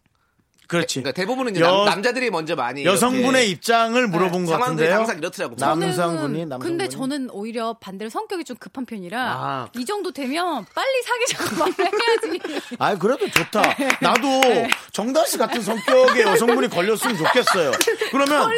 Speaker 1: 그렇지.
Speaker 2: 그러니까 대부분은 이제
Speaker 1: 여-
Speaker 2: 남, 자들이 먼저 많이
Speaker 1: 여성분의
Speaker 2: 이렇게 네.
Speaker 1: 입장을 물어본 것
Speaker 2: 상황들이
Speaker 1: 같은데요.
Speaker 2: 항상 이렇더라고.
Speaker 1: 남-
Speaker 8: 저는-
Speaker 1: 남성분이, 남성분이?
Speaker 8: 근데 저는 오히려 반대로 성격이 좀 급한 편이라
Speaker 2: 아.
Speaker 8: 이 정도 되면 빨리 사귀자고 말해야지.
Speaker 1: 아, 그래도 좋다. 나도 정다은 씨 같은 성격의 여성분이 걸렸으면 좋겠어요. 그러면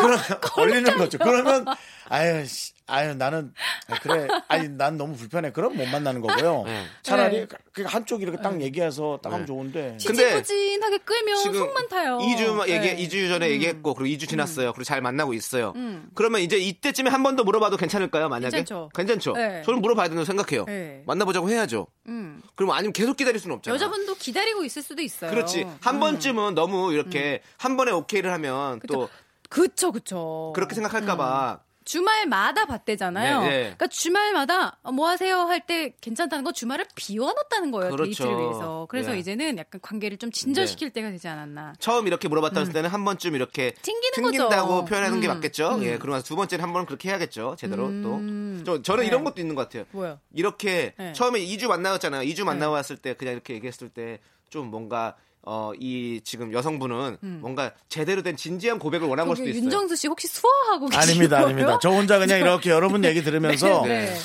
Speaker 1: 그러- 걸리는 거죠. 그러면 아유, 씨, 아유 나는 아, 그래. 아니 난 너무 불편해. 그럼 못 만나는 거고요.
Speaker 2: 네.
Speaker 8: 네.
Speaker 1: 차라리 그냥 한쪽 이렇게 딱 얘기해서 딱 하면 좋은데.
Speaker 2: 근데
Speaker 8: 지지부진하게 끌면
Speaker 2: 지금
Speaker 8: 속만 타요.
Speaker 2: 2주 얘기
Speaker 8: 네. 음.
Speaker 2: 2주 전에 얘기했고 그리고 2주 지났어요. 그리고 잘 만나고 있어요. 그러면 이제 이때쯤에 한 번 더 물어봐도 괜찮을까요? 만약에
Speaker 8: 괜찮죠. 네.
Speaker 2: 저는 물어봐야 된다고 생각해요.
Speaker 8: 네.
Speaker 2: 만나보자고 해야죠.
Speaker 8: 음.
Speaker 2: 그럼 아니면 계속 기다릴 수는 없잖아요.
Speaker 8: 여자분도 음. 기다리고 있을 수도 있어요.
Speaker 2: 그렇지. 한 번쯤은 너무 이렇게
Speaker 8: 음.
Speaker 2: 한 번에 오케이를 하면 또
Speaker 8: 그쵸 그쵸.
Speaker 2: 그렇게
Speaker 8: 음.
Speaker 2: 생각할까봐
Speaker 8: 주말마다 봤대잖아요.
Speaker 2: 네, 네.
Speaker 8: 그러니까 주말마다 어, 뭐 하세요 할 때 괜찮다는 건 주말을 비워놨다는 거예요.
Speaker 2: 그렇죠.
Speaker 8: 데이트를 위해서. 그래서
Speaker 2: 네.
Speaker 8: 이제는 약간 관계를 좀 진전시킬 때가 되지 않았나.
Speaker 2: 처음 이렇게 물어봤다 했을 때는 한 번쯤 이렇게
Speaker 8: 튕기는
Speaker 2: 튕긴다고
Speaker 8: 거죠. 음.
Speaker 2: 표현하는 게 맞겠죠. 예, 그러고 나서 두 번째는 한 번은 그렇게 해야겠죠. 제대로 또. 저, 는 이런 것도 있는 것 같아요.
Speaker 8: 뭐요?
Speaker 2: 이렇게
Speaker 8: 음. 네.
Speaker 2: 처음에 2주 만나왔잖아요. 2주 만나왔을 때 그냥 이렇게 얘기했을 때 좀 뭔가 어, 이 지금 여성분은
Speaker 8: 음.
Speaker 2: 뭔가 제대로 된 진지한 고백을 원한 걸
Speaker 8: 저기
Speaker 2: 수도 있어요.
Speaker 8: 윤정수 씨 혹시 수화하고 계시는
Speaker 1: 아닙니다,
Speaker 8: 거예요?
Speaker 1: 아닙니다. 저 혼자 그냥 이렇게 여러분 얘기 들으면서
Speaker 8: 네.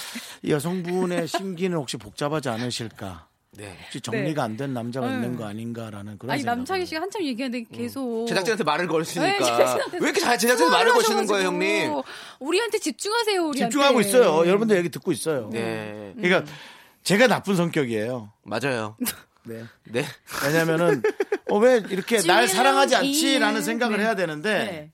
Speaker 1: 이 여성분의 심기는 혹시 복잡하지 않으실까?
Speaker 2: 네.
Speaker 1: 혹시 정리가 안 된 남자가 있는 거 아닌가라는 그런
Speaker 8: 네. 아니
Speaker 1: 생각.
Speaker 8: 남창희 씨가 한참 얘기하는데
Speaker 1: 음.
Speaker 8: 계속
Speaker 2: 제작진한테 말을
Speaker 8: 네,
Speaker 2: 걸으시니까
Speaker 8: 제작진한테
Speaker 2: 왜 이렇게 잘 제작진한테 말을
Speaker 8: 수화를
Speaker 2: 거시는 거예요,
Speaker 8: 하셔가지고 음.
Speaker 2: 형님?
Speaker 8: 우리한테 집중하세요, 우리한테.
Speaker 1: 집중하고 있어요. 여러분들 얘기 듣고 있어요.
Speaker 2: 네,
Speaker 1: 그러니까
Speaker 8: 음.
Speaker 1: 제가 나쁜 성격이에요.
Speaker 2: 맞아요.
Speaker 1: 네.
Speaker 2: 네.
Speaker 1: 왜냐면은 어, 왜 이렇게 날
Speaker 8: 지금
Speaker 1: 사랑하지
Speaker 8: 이-
Speaker 1: 않지라는 생각을
Speaker 8: 네.
Speaker 1: 해야 되는데
Speaker 8: 네.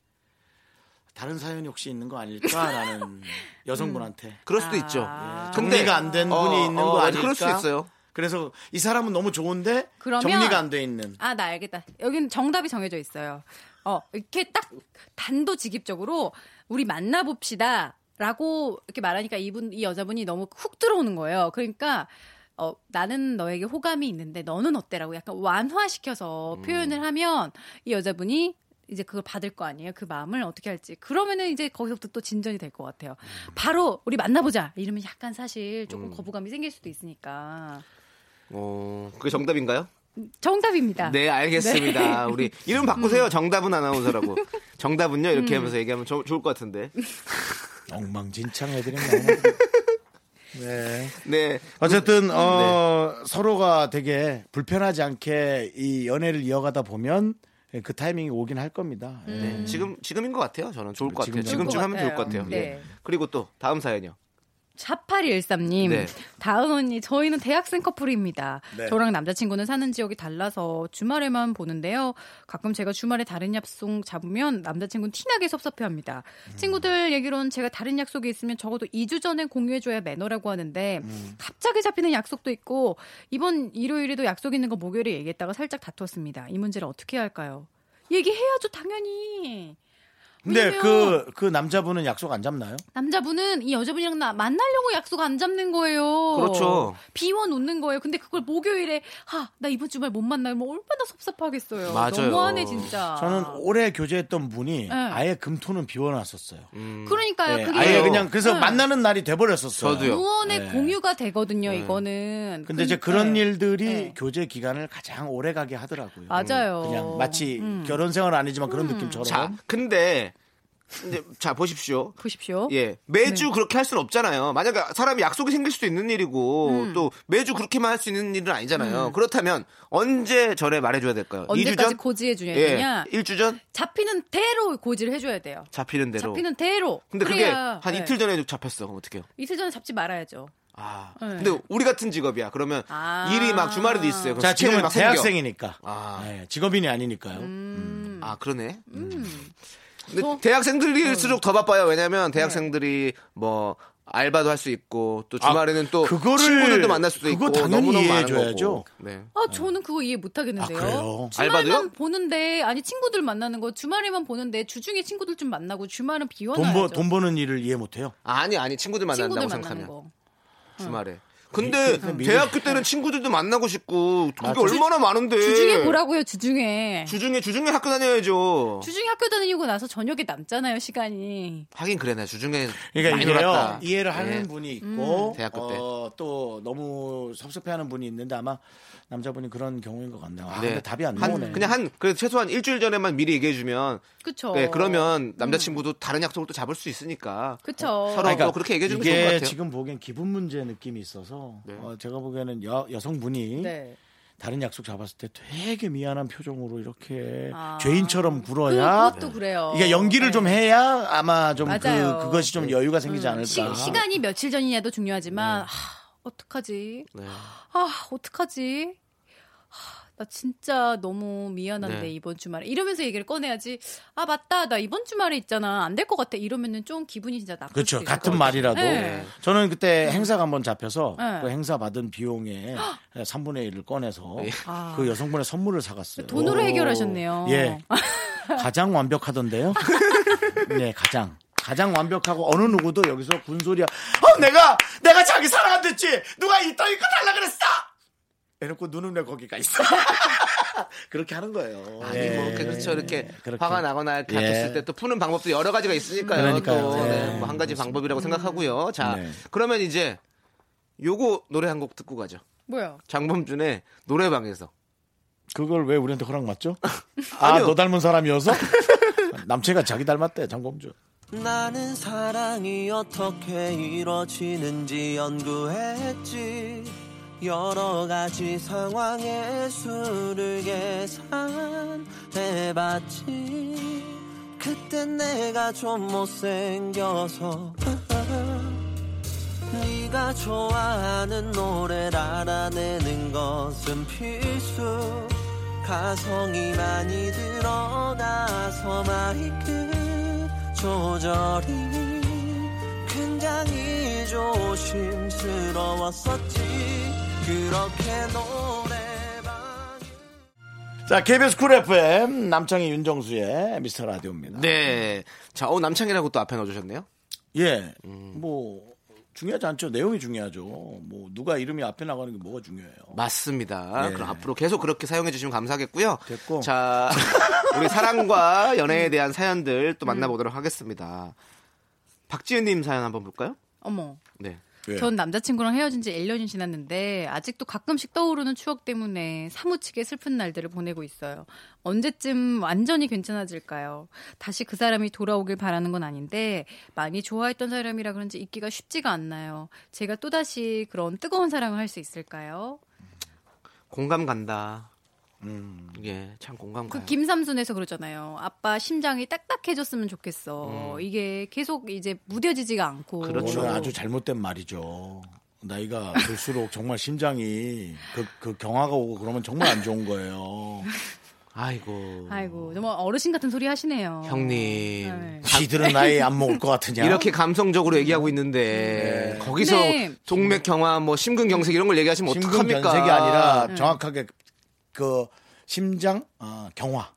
Speaker 1: 다른 사연이 혹시 있는 거
Speaker 8: 음.
Speaker 1: 아닐까라는 여성분한테
Speaker 2: 그럴
Speaker 8: 아.
Speaker 2: 수도 있죠.
Speaker 1: 정리가 안 된 분이 있는 거
Speaker 2: 어, 맞아.
Speaker 1: 아닐까?
Speaker 2: 그럴 수 있어요.
Speaker 1: 그래서 이 사람은 너무 좋은데
Speaker 8: 그러면-
Speaker 1: 정리가 안 돼 있는.
Speaker 8: 아, 나 알겠다. 여긴 정답이 정해져 있어요. 어, 이렇게 딱 단도직입적으로 우리 만나봅시다. 라고 이렇게 말하니까 이분, 이 여자분이 너무 훅 들어오는 거예요. 그러니까, 어, 나는 너에게 호감이 있는데 너는 어때? 라고 약간 완화시켜서 표현을 하면 이 여자분이 이제 그걸 받을 거 아니에요? 그 마음을 어떻게 할지. 그러면은 이제 거기서부터 또 진전이 될 것 같아요. 바로 우리 만나보자! 이러면 약간 사실 조금 거부감이 생길 수도 있으니까.
Speaker 2: 어, 그게 정답인가요?
Speaker 8: 정답입니다.
Speaker 2: 네, 알겠습니다. 우리 이름 바꾸세요. 정답은 아나운서라고. 정답은요. 이렇게 하면서 얘기하면 저- 좋을 것 같은데.
Speaker 1: 엉망진창 애들이 많아. 네.
Speaker 2: 네.
Speaker 1: 어쨌든 어, 서로가 되게 불편하지 않게 이 연애를 이어가다 보면 예, 그 타이밍이 오긴 할 겁니다. 예.
Speaker 8: 음.
Speaker 2: 네, 지금 지금인 것 같아요. 저는 좋을 것
Speaker 1: 지금요?
Speaker 2: 같아요. 지금쯤
Speaker 8: 좋을
Speaker 2: 하면
Speaker 8: 것
Speaker 2: 좋을 것
Speaker 8: 같아요.
Speaker 2: 같아요.
Speaker 8: 네.
Speaker 2: 예. 그리고 또 다음 사연요.
Speaker 8: 4813님,
Speaker 2: 네.
Speaker 8: 다은 언니, 저희는 대학생 커플입니다.
Speaker 1: 네.
Speaker 8: 저랑 남자친구는 사는 지역이 달라서 주말에만 보는데요. 가끔 제가 주말에 다른 약속 잡으면 남자친구는 티나게 섭섭해 합니다. 친구들 얘기로는 제가 다른 약속이 있으면 적어도 2주 전에 공유해줘야 매너라고 하는데, 갑자기 잡히는 약속도 있고, 이번 일요일에도 약속 있는 거 목요일에 얘기했다가 살짝 다투었습니다. 이 문제를 어떻게 해야 할까요? 얘기해야죠, 당연히.
Speaker 1: 근데
Speaker 8: 왜냐면-
Speaker 1: 그, 그 남자분은 약속 안 잡나요?
Speaker 8: 남자분은 이 여자분이랑 나 만나려고 약속 안 잡는 거예요.
Speaker 2: 그렇죠.
Speaker 8: 비워 놓는 거예요. 근데 그걸 목요일에 하, 나 이번 주말 못 만나면 얼마나 섭섭하겠어요.
Speaker 2: 맞아요. 음.
Speaker 8: 너무하네 진짜.
Speaker 1: 저는 오래 교제했던 분이
Speaker 8: 네.
Speaker 1: 아예 금토는 비워놨었어요.
Speaker 2: 음.
Speaker 8: 그러니까요.
Speaker 1: 예,
Speaker 8: 그게
Speaker 1: 아예
Speaker 2: 네. 그래요. 네.
Speaker 1: 그냥 그래서
Speaker 8: 네.
Speaker 1: 만나는 날이 돼버렸었어요.
Speaker 2: 저도요.
Speaker 8: 무언의 공유가 되거든요. 이거는.
Speaker 1: 근데 이제 그런
Speaker 8: 네.
Speaker 1: 일들이
Speaker 8: 네.
Speaker 1: 교제 기간을 가장 오래 가게 하더라고요.
Speaker 8: 맞아요. 음.
Speaker 1: 그냥 마치 결혼 생활 아니지만 그런 느낌처럼.
Speaker 2: 자, 근데 이제 자 보십시오.
Speaker 8: 보십시오.
Speaker 2: 예. 매주 그렇게 할 수는 없잖아요. 만약에 사람이 약속이 생길 수도 있는 일이고 또 매주 그렇게만 할 수 있는 일은 아니잖아요. 그렇다면 언제 전에 말해줘야 될까요? 이주
Speaker 8: 언제까지
Speaker 2: 전?
Speaker 8: 고지해 주냐?
Speaker 2: 예.
Speaker 8: 냐
Speaker 2: 1주 전?
Speaker 8: 잡히는 대로 고지를 해줘야 돼요.
Speaker 2: 잡히는 대로.
Speaker 8: 잡히는 대로.
Speaker 2: 근데 그게
Speaker 8: 그래야-
Speaker 2: 한
Speaker 8: 네.
Speaker 2: 이틀 전에 잡혔어. 그럼 어떡해요?
Speaker 8: 이틀 전에 잡지 말아야죠.
Speaker 2: 아.
Speaker 8: 네.
Speaker 2: 근데 우리 같은 직업이야. 그러면
Speaker 8: 아.
Speaker 2: 일이 막 주말에도 있어요. 그럼
Speaker 1: 자,
Speaker 2: 스케줄이
Speaker 1: 지금은
Speaker 2: 막 생겨.
Speaker 1: 대학생이니까.
Speaker 2: 아.
Speaker 1: 예, 직업인이 아니니까요.
Speaker 2: 아, 그러네.
Speaker 8: 음.
Speaker 2: 근데
Speaker 8: 저-
Speaker 2: 대학생들일수록 더 바빠요. 왜냐면
Speaker 8: 네.
Speaker 2: 대학생들이 뭐 알바도 할 수 있고 또 주말에는 또
Speaker 1: 아, 그거를-
Speaker 2: 친구들도 만날 수도
Speaker 1: 그거
Speaker 2: 있고
Speaker 1: 당연히
Speaker 2: 너무너무 많은
Speaker 1: 이해해줘야죠.
Speaker 2: 거고. 네.
Speaker 8: 아, 저는 그거 이해 못 하겠는데요.
Speaker 1: 아, 그래요?
Speaker 8: 주말만
Speaker 2: 알바도요?
Speaker 8: 보는데 아니 친구들 만나는 거 주말에만 보는데 주중에 친구들 좀 만나고 주말은
Speaker 1: 돈, 버,
Speaker 8: 비워놔야죠.
Speaker 1: 돈 버는 일을 이해 못해요.
Speaker 2: 아니 아니 친구들 만난다고
Speaker 8: 친구들
Speaker 2: 생각하면
Speaker 8: 만나는 거. 어.
Speaker 2: 주말에. 근데
Speaker 1: 그- 그
Speaker 2: 대학교 때는 친구들도 만나고 싶고 그게
Speaker 1: 맞아.
Speaker 2: 얼마나 많은데.
Speaker 8: 주중에 보라고요. 주중에.
Speaker 2: 그 주중에 주중에 학교 다녀야죠.
Speaker 8: 주중에 학교 다니고 나서 저녁에 남잖아요 시간이.
Speaker 2: 하긴 그래나 주중에
Speaker 1: 그러니까
Speaker 2: 많이
Speaker 1: 이게요
Speaker 2: 놀았다.
Speaker 1: 이해를 하는
Speaker 2: 예.
Speaker 1: 분이 있고
Speaker 2: 대학교
Speaker 1: 어, 또 너무 섭섭해하는 분이 있는데 아마 남자분이 그런 경우인 것 같네요. 아,
Speaker 2: 네.
Speaker 1: 근데 답이 안
Speaker 2: 한-
Speaker 1: 나오네.
Speaker 2: 그냥 한 그래도 최소한 일주일 전에만 미리 얘기해 주면
Speaker 8: 그쵸.
Speaker 2: 네, 그러면 남자친구도 다른 약속을 또 잡을 수 있으니까
Speaker 8: 그쵸.
Speaker 2: 어, 서로 또 그렇게 얘기해 주는 게 좋은 것
Speaker 1: 이게
Speaker 2: 같아요. 네.
Speaker 1: 지금 보기엔 기분 문제 느낌이 있어서 어, 제가 보기에는 여, 여성분이
Speaker 8: 네.
Speaker 1: 다른 약속 잡았을 때 되게 미안한 표정으로 이렇게
Speaker 8: 아.
Speaker 1: 죄인처럼
Speaker 8: 그,
Speaker 1: 굴어야
Speaker 8: 그것도 그래요.
Speaker 1: 이게 연기를
Speaker 8: 네.
Speaker 1: 좀 해야 아마 좀 그,
Speaker 8: 맞아요. 음.
Speaker 1: 그것이
Speaker 2: 네.
Speaker 1: 좀 여유가 생기지 않을까.
Speaker 8: 시, 시간이 며칠 전이냐도
Speaker 1: 네.
Speaker 8: 중요하지만 하, 어떡하지?
Speaker 2: 네.
Speaker 8: 아, 어떡하지? 하, 나 진짜 너무 미안한데
Speaker 2: 네.
Speaker 8: 이번 주말에 이러면서 얘기를 꺼내야지. 아 맞다, 나 이번 주말에 있잖아. 안 될 것 같아. 이러면은 좀 기분이 진짜 나쁠
Speaker 1: 그렇죠.
Speaker 8: 수 있을
Speaker 1: 같은
Speaker 8: 것
Speaker 1: 말이라도.
Speaker 8: 네.
Speaker 1: 저는 그때 행사가 한번 잡혀서
Speaker 8: 네.
Speaker 1: 그 행사 받은 비용의 3분의 1을 꺼내서
Speaker 2: 예.
Speaker 8: 아.
Speaker 1: 그 여성분의 선물을 사갔어요.
Speaker 8: 같아요. 돈으로
Speaker 2: 오.
Speaker 8: 해결하셨네요.
Speaker 1: 예. 가장 완벽하던데요. 네, 가장. 가장 완벽하고 어느 누구도 여기서 군소리야. 어, 내가 내가 자기 사랑 안 듣지. 누가 이따위 거 달라 그랬어. 이놓고 눈은 왜 거기가 있어. 그렇게 하는 거예요.
Speaker 2: 아니
Speaker 1: 예.
Speaker 2: 뭐 이렇게 그렇죠 이렇게
Speaker 1: 그렇게.
Speaker 2: 화가 나거나 이렇게
Speaker 1: 예.
Speaker 2: 다쳤을 때 또 푸는 방법도 여러 가지가 있으니까요.
Speaker 1: 그러니까요.
Speaker 2: 또
Speaker 1: 네.
Speaker 2: 네, 뭐한 가지 방법이라고 생각하고요. 자
Speaker 1: 네.
Speaker 2: 그러면 이제 요거 노래 한 곡 듣고 가죠.
Speaker 8: 뭐야?
Speaker 2: 장범준의 노래방에서
Speaker 1: 그걸 왜 우리한테 허락 맞죠? 아,
Speaker 2: 아니요.
Speaker 1: 너 닮은 사람이어서? 남친이 자기 닮았대, 장범준.
Speaker 3: 나는 사랑이 어떻게 이루어지는지 연구했지 여러 가지 상황의 수를 계산해봤지 그땐 내가 좀 못생겨서 네가 좋아하는 노래를 알아내는 것은 필수 가성이 많이 드러나서 마이크 조절이 굉장히 조심스러웠었지 그렇게 노래방
Speaker 1: 자, KBS 쿨 FM, 남창희 윤정수의 미스터 라디오입니다.
Speaker 2: 네. 자, 어 남창이라고 또 앞에 넣어주셨네요.
Speaker 1: 예,
Speaker 2: 음.
Speaker 1: 뭐, 중요하지 않죠. 내용이 중요하죠. 뭐, 누가 이름이 앞에 나가는 게 뭐가 중요해요.
Speaker 2: 맞습니다.
Speaker 1: 네.
Speaker 2: 그럼 앞으로 계속 그렇게 사용해 주시면 감사하겠고요.
Speaker 1: 됐고.
Speaker 2: 자, 우리 사랑과 연애에 대한 사연들 또 만나보도록 하겠습니다. 박지은님 사연 한번 볼까요?
Speaker 8: 어머.
Speaker 2: 네.
Speaker 1: 예.
Speaker 8: 전 남자친구랑 헤어진 지 1년이 지났는데 아직도 가끔씩 떠오르는 추억 때문에 사무치게 슬픈 날들을 보내고 있어요. 언제쯤 완전히 괜찮아질까요? 다시 그 사람이 돌아오길 바라는 건 아닌데 많이 좋아했던 사람이라 그런지 잊기가 쉽지가 않나요. 제가 또다시 그런 뜨거운 사랑을 할 수 있을까요?
Speaker 2: 공감 간다.
Speaker 1: 음.
Speaker 2: 이게 참 공감 가요.
Speaker 8: 그 김삼순에서 그러잖아요. 아빠 심장이 딱딱해졌으면 좋겠어. 이게 계속 이제 무뎌지지가 않고.
Speaker 2: 음. 그렇죠.
Speaker 1: 오늘 아주 잘못된 말이죠. 나이가 들수록 정말 심장이 그, 그 경화가 오고 그러면 정말 안 좋은 거예요.
Speaker 2: 아이고.
Speaker 8: 아이고 정말 어르신 같은 소리 하시네요.
Speaker 2: 형님.
Speaker 8: 네.
Speaker 1: 지들은 나이 안 먹을 것 같으냐?
Speaker 2: 이렇게 감성적으로 얘기하고 있는데 거기서
Speaker 8: 네.
Speaker 2: 동맥경화, 뭐 심근경색 이런 걸 얘기하시면 어떡합니까?
Speaker 1: 심근경색이
Speaker 2: 네.
Speaker 1: 아니라 정확하게 그 심장 어, 경화.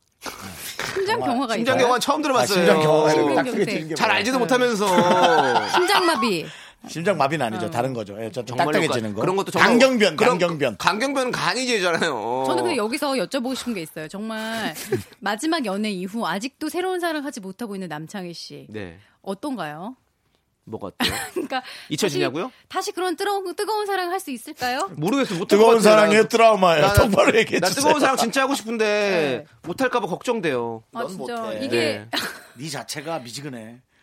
Speaker 8: 심장 경화가 있어요.
Speaker 2: 심장경화 처음
Speaker 1: 아,
Speaker 2: 들어봤어요.
Speaker 1: 심장 경화가 네. 이렇게 딱딱해지는 게
Speaker 8: 심근경색.
Speaker 2: 잘
Speaker 1: 뭐야.
Speaker 2: 알지도 못하면서
Speaker 8: 심장마비.
Speaker 1: 심장 마비는 아니죠. 다른 거죠. 예, 저
Speaker 2: 정말로
Speaker 1: 딱딱해지는
Speaker 2: 가-
Speaker 1: 거.
Speaker 2: 그런 것도 정말-
Speaker 1: 강경변,
Speaker 2: 그런-
Speaker 1: 강경변.
Speaker 2: 강경변은 간이제잖아요.
Speaker 8: 저는 근데 여기서 여쭤보고 싶은 게 있어요. 정말 마지막 연애 이후 아직도 새로운 사랑하지 못하고 있는 남창희 씨
Speaker 2: 네.
Speaker 8: 어떤가요?
Speaker 2: 뭐가 어때요?
Speaker 8: 그러니까
Speaker 2: 잊혀지냐고요?
Speaker 8: 다시, 다시 그런 뜨거운 뜨거운 사랑 할 수 있을까요?
Speaker 2: 모르겠어. 못할 것
Speaker 1: 뜨거운
Speaker 2: 같아요.
Speaker 1: 사랑의 트라우마예요.
Speaker 2: 나-
Speaker 1: 똑바로 얘기해
Speaker 2: 나
Speaker 1: 주세요.
Speaker 2: 뜨거운 사랑 진짜 하고
Speaker 8: 네.
Speaker 2: 싶은데 못할까봐 걱정돼요.
Speaker 8: 아
Speaker 2: 뭐
Speaker 8: 진짜
Speaker 1: 못해.
Speaker 8: 이게
Speaker 1: 네 자체가 미지근해.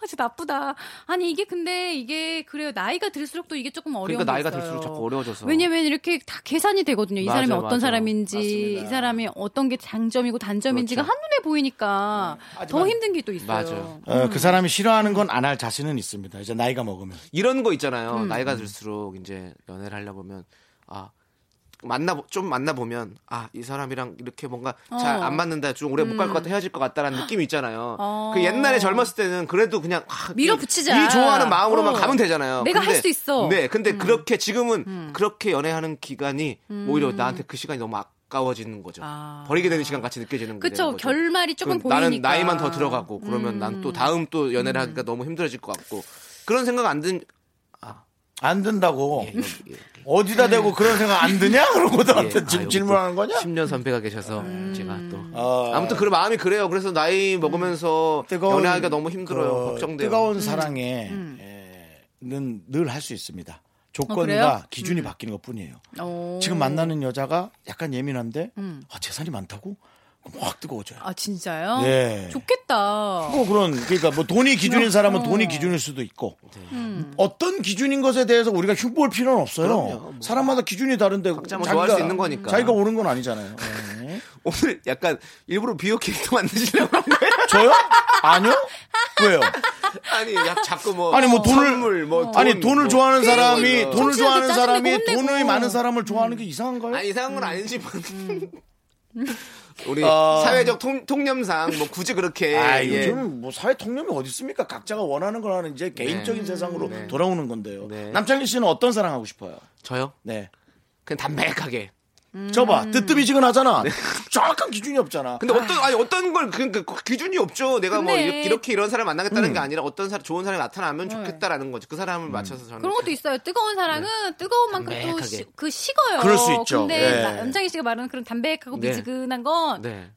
Speaker 8: 아, 진짜 나쁘다. 아니 이게 근데 이게 그래요 나이가 들수록 또 이게 조금 어려운
Speaker 2: 그러니까 나이가
Speaker 8: 게 있어요.
Speaker 2: 들수록 자꾸 어려워져서.
Speaker 8: 왜냐면 이렇게 다 계산이 되거든요. 이
Speaker 2: 맞아요,
Speaker 8: 사람이 어떤
Speaker 2: 맞아요.
Speaker 8: 사람인지, 이 사람이 어떤 게 장점이고 단점인지가 한눈에 보이니까 더 힘든 게 또 있어요.
Speaker 2: 그렇죠. 네. 맞아요.
Speaker 8: 음.
Speaker 1: 어, 그 사람이 싫어하는 건 안 할 자신은 있습니다. 이제 나이가 먹으면.
Speaker 2: 이런 거 있잖아요.
Speaker 8: 음,
Speaker 2: 나이가 들수록 이제 연애를 하려 보면 아 만나 좀 만나 보면 아 이 사람이랑 이렇게 뭔가 잘 안 맞는다 좀 오래 못 갈 것 같아 헤어질 것 같다라는 느낌이 있잖아요.
Speaker 8: 음. 어.
Speaker 2: 그 옛날에 젊었을 때는 그래도 그냥 아,
Speaker 8: 밀어붙이자.
Speaker 2: 이, 이 좋아하는 마음으로만
Speaker 8: 어.
Speaker 2: 가면 되잖아요.
Speaker 8: 내가 할 수 있어. 음.
Speaker 2: 네, 근데 그렇게 지금은 그렇게 연애하는 기간이 오히려 나한테 그 시간이 너무 아까워지는 거죠.
Speaker 8: 아.
Speaker 2: 버리게 되는 시간 같이 느껴지는
Speaker 8: 그쵸,
Speaker 2: 되는 거죠.
Speaker 8: 결말이 조금
Speaker 2: 그 나는
Speaker 8: 보이니까.
Speaker 2: 나이만 더 들어가고 그러면 난 또 다음 또 연애를 하니까 너무 힘들어질 것 같고 그런 생각 안 든.
Speaker 1: 안 된다고.
Speaker 2: 예, 음.
Speaker 1: 어디다 대고 그런 생각 안 드냐? 그러고
Speaker 2: 예, 아,
Speaker 1: 나한테 지금 질문하는 거냐?
Speaker 2: 10년 선배가 계셔서 제가 또
Speaker 1: 어.
Speaker 2: 음. 아무튼 음. 그 마음이 그래요. 그래서 나이 먹으면서 연애하기가 너무 힘들어요.
Speaker 1: 그
Speaker 2: 걱정돼요.
Speaker 8: 음.
Speaker 1: 뜨거운 사랑에는 늘 할 수 있습니다. 조건과
Speaker 8: 어, 그래요? 음.
Speaker 1: 기준이 바뀌는 것 뿐이에요.
Speaker 8: 오.
Speaker 1: 지금 만나는 여자가 약간 예민한데 아, 재산이 많다고 그럼 확 뜨거워져요.
Speaker 8: 음. 아 진짜요?
Speaker 1: 예.
Speaker 8: 좋겠다.
Speaker 1: 뭐 그런 그러니까 뭐 돈이 기준인
Speaker 8: 어.
Speaker 1: 사람은 돈이 기준일 수도 있고
Speaker 2: 네.
Speaker 8: 음.
Speaker 1: 어떤 기준인 것에 대해서 우리가 흉볼 필요는 없어요. 사람마다 기준이 다른데
Speaker 2: 뭐 좋아할 수 있는 거니까.
Speaker 1: 자기가 옳은 건 아니잖아요. 예.
Speaker 2: 오늘 약간 일부러 비오 캐릭터 만드시려고 한 거예요?
Speaker 1: 저요? 아니요? 왜요?
Speaker 2: 아니 약 자꾸 뭐
Speaker 1: 아니 뭐 돈을
Speaker 2: 선물, 뭐 돈,
Speaker 1: 아니 돈을
Speaker 2: 뭐.
Speaker 1: 좋아하는 사람이
Speaker 2: 뭐.
Speaker 1: 돈을
Speaker 8: 정치한테
Speaker 1: 좋아하는
Speaker 8: 짜증내고
Speaker 1: 사람이
Speaker 8: 혼내고. 음.
Speaker 1: 돈이 많은 사람을 좋아하는 게 이상한가요?
Speaker 2: 아니 이상한 건 아니지만 뭐. 음. 우리 사회적 통, 통념상 뭐 굳이 그렇게
Speaker 1: 아,
Speaker 2: 예.
Speaker 1: 요즘 뭐 사회 통념이 어디 있습니까? 각자가 원하는 걸 하는 이제 개인적인 세상으로
Speaker 2: 네.
Speaker 1: 돌아오는 건데요.
Speaker 2: 네.
Speaker 1: 남창희 씨는 어떤 사랑 하고 싶어요?
Speaker 2: 저요
Speaker 1: 네.
Speaker 2: 그냥 담백하게
Speaker 1: 저봐 뜨뜻미지근하잖아. 정확한 기준이 없잖아.
Speaker 2: 음. 네. 근데 어떤 아니 어떤 걸 그러니까 그 기준이 없죠. 내가 뭐
Speaker 8: 근데- 음. 네.
Speaker 2: 이렇게, 이렇게 이런 사람 만나겠다는 게 아니라 어떤 사람 좋은 사람이 나타나면 좋겠다라는 거죠. 그 사람을 맞춰서 저는
Speaker 8: 그런 것도 있어요. 뜨거운 사랑은 뜨거운 만큼
Speaker 2: 담백하게.
Speaker 8: 또 그 식어요.
Speaker 1: 네. 그럴 수 있죠.
Speaker 8: 근데
Speaker 1: 예.
Speaker 8: 나- 남창희 씨가 말하는 그런 담백하고
Speaker 2: 네.
Speaker 8: 미지근한 건
Speaker 2: 네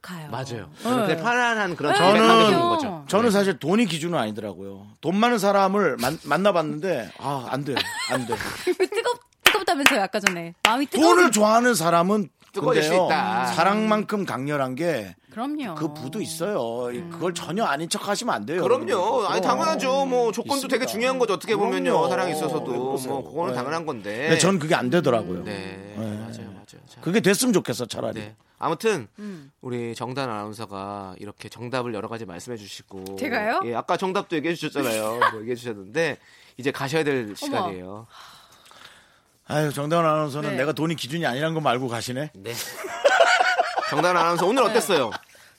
Speaker 8: 가요.
Speaker 2: 맞아요.
Speaker 8: 네.
Speaker 2: 저는 그냥 편안한 그런
Speaker 8: 네,
Speaker 2: 담백함이 좋은
Speaker 8: 그럼요.
Speaker 2: 거죠. 네.
Speaker 1: 저는 사실 돈이 기준은 아니더라고요. 돈 많은 사람을 만, 만나봤는데 아, 안 돼요. 안 돼.
Speaker 8: 왜 뜨겁 뜨겁다면서요 아까 전에 마음이 뜨거워.
Speaker 1: 돈을 좋아하는 사람은
Speaker 2: 뜨거워질 수
Speaker 1: 근데요,
Speaker 2: 있다. 어.
Speaker 1: 사랑만큼 강렬한 게 그
Speaker 8: 그럼요.
Speaker 1: 부도 있어요. 이- 그걸 전혀 아닌 척 하시면 안 돼요.
Speaker 2: 음. 그럼요.
Speaker 1: 그럼.
Speaker 2: 아니
Speaker 8: 음,
Speaker 2: 당연하죠. 뭐 조건도 되게 중요한 거죠. 어떻게 보면요.
Speaker 1: 그럼요.
Speaker 2: 사랑에
Speaker 1: 왜
Speaker 2: 있어서도
Speaker 1: 그러세요?
Speaker 2: 뭐 그거는
Speaker 1: 네.
Speaker 2: 당연한 건데.
Speaker 1: 근데 전 그게 안 되더라고요.
Speaker 2: 네. 맞아요. 맞아요. 자,
Speaker 1: 그게 됐으면 좋겠어 차라리.
Speaker 2: 네. 아무튼
Speaker 8: 음.
Speaker 2: 우리 정단 아나운서가 이렇게 정답을 여러 가지 말씀해 주시고
Speaker 8: 제가요?
Speaker 2: 예, 아까 정답도 얘기해 주셨잖아요. 뭐 얘기해 주셨는데 이제 가셔야 될 시간이에요.
Speaker 1: 아유 정다운 아나운서는
Speaker 8: 네.
Speaker 1: 내가 돈이 기준이 아니란 건 알고 가시네.
Speaker 2: 네. 정단 아나운서 오늘 어땠어요?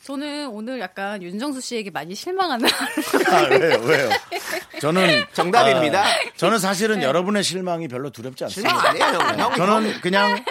Speaker 8: 저는 오늘 약간 윤정수 씨에게 많이 실망하는.
Speaker 1: 아, 왜요 왜요? 저는
Speaker 2: 정답입니다.
Speaker 1: 아, 저는 사실은 여러분의 실망이 별로 두렵지
Speaker 8: 네.
Speaker 1: 않습니다.
Speaker 2: 실망 아니에요, 형. 형
Speaker 1: 저는 그냥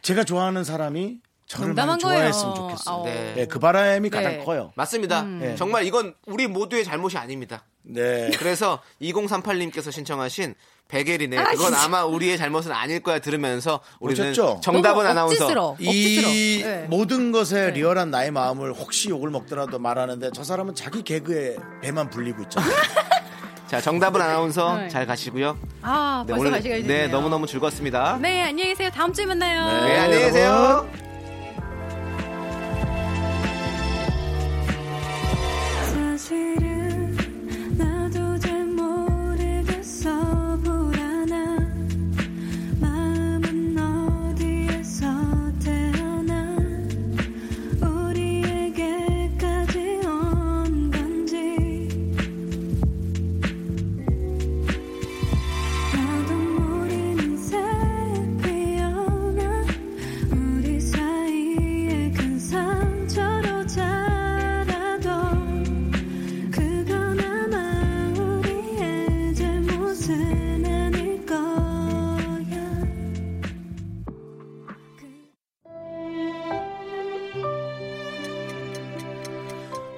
Speaker 1: 제가 좋아하는 사람이 저를
Speaker 8: 농담한
Speaker 1: 많이
Speaker 8: 거예요.
Speaker 1: 좋아했으면 좋겠어요.
Speaker 8: 아오.
Speaker 2: 네.
Speaker 1: 예, 그 바람이 가장
Speaker 8: 네.
Speaker 1: 커요.
Speaker 2: 맞습니다. 정말 이건 우리 모두의 잘못이 아닙니다.
Speaker 1: 네.
Speaker 2: 그래서 2038님께서 신청하신 백예린의 그건 아마 우리의 잘못은 아닐 거야 들으면서 우리는
Speaker 1: 어쨌죠?
Speaker 2: 정답은
Speaker 8: 너무
Speaker 2: 아나운서
Speaker 8: 억지스러워.
Speaker 1: 이
Speaker 8: 억지스러워. 네.
Speaker 1: 모든 것에 리얼한 나의 마음을 혹시 욕을 먹더라도 말하는데 저 사람은 자기 개그에 배만 불리고 있잖아요.
Speaker 2: 자 정답은 아나운서
Speaker 8: 네.
Speaker 2: 잘 가시고요.
Speaker 8: 아 벌써
Speaker 2: 오늘-
Speaker 8: 갈 시간이 됐네요.
Speaker 2: 네 너무너무 즐거웠습니다.
Speaker 8: 네 안녕히 계세요. 다음 주에 만나요.
Speaker 2: 네, 안녕히 계세요.
Speaker 5: 사실은 나도 잘 모르겠어 불안한 마음은 어디에서 대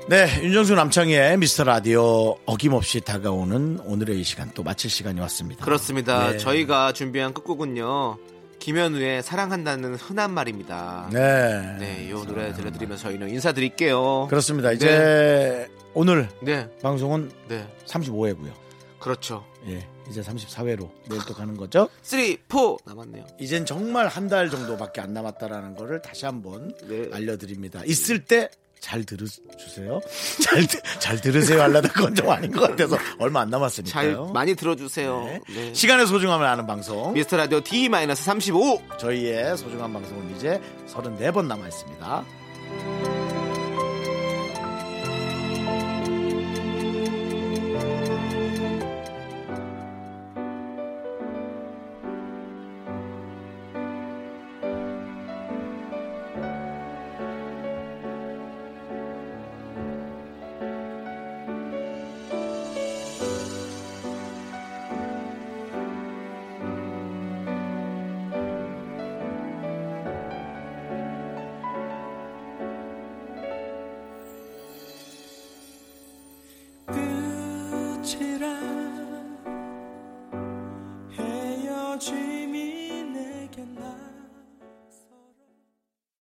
Speaker 1: 네, 윤정수 남창희의 미스터 라디오 어김없이 다가오는 오늘의 이 시간 또 마칠 시간이 왔습니다.
Speaker 2: 그렇습니다.
Speaker 1: 네.
Speaker 2: 저희가 준비한 끝곡은요. 김현우의 사랑한다는 흔한 말입니다. 네,
Speaker 1: 네.
Speaker 2: 이 노래 들려드리면서 저희는 인사드릴게요.
Speaker 1: 그렇습니다. 이제 오늘
Speaker 2: 네,
Speaker 1: 방송은
Speaker 2: 네,
Speaker 1: 35회고요.
Speaker 2: 그렇죠.
Speaker 1: 예. 이제 34회로 내일 또 가는 거죠?
Speaker 2: 3, 4 남았네요.
Speaker 1: 이젠 정말 한 달 정도밖에 안 남았다라는 거를 다시 한번
Speaker 2: 네.
Speaker 1: 알려드립니다. 있을 때 잘 들으세요. 잘, 들- 잘 들으세요 하려던 건 좀 아닌 것 같아서 얼마 안
Speaker 2: 잘
Speaker 1: 남았으니까요.
Speaker 2: 많이 들어주세요.
Speaker 1: 네.
Speaker 2: 네. 예.
Speaker 1: 시간의 소중함을 아는 방송.
Speaker 2: 미스터 라디오 D-35
Speaker 1: 저희의 소중한 방송은 이제 34번 남아 있습니다.
Speaker 7: 끝이라 헤어지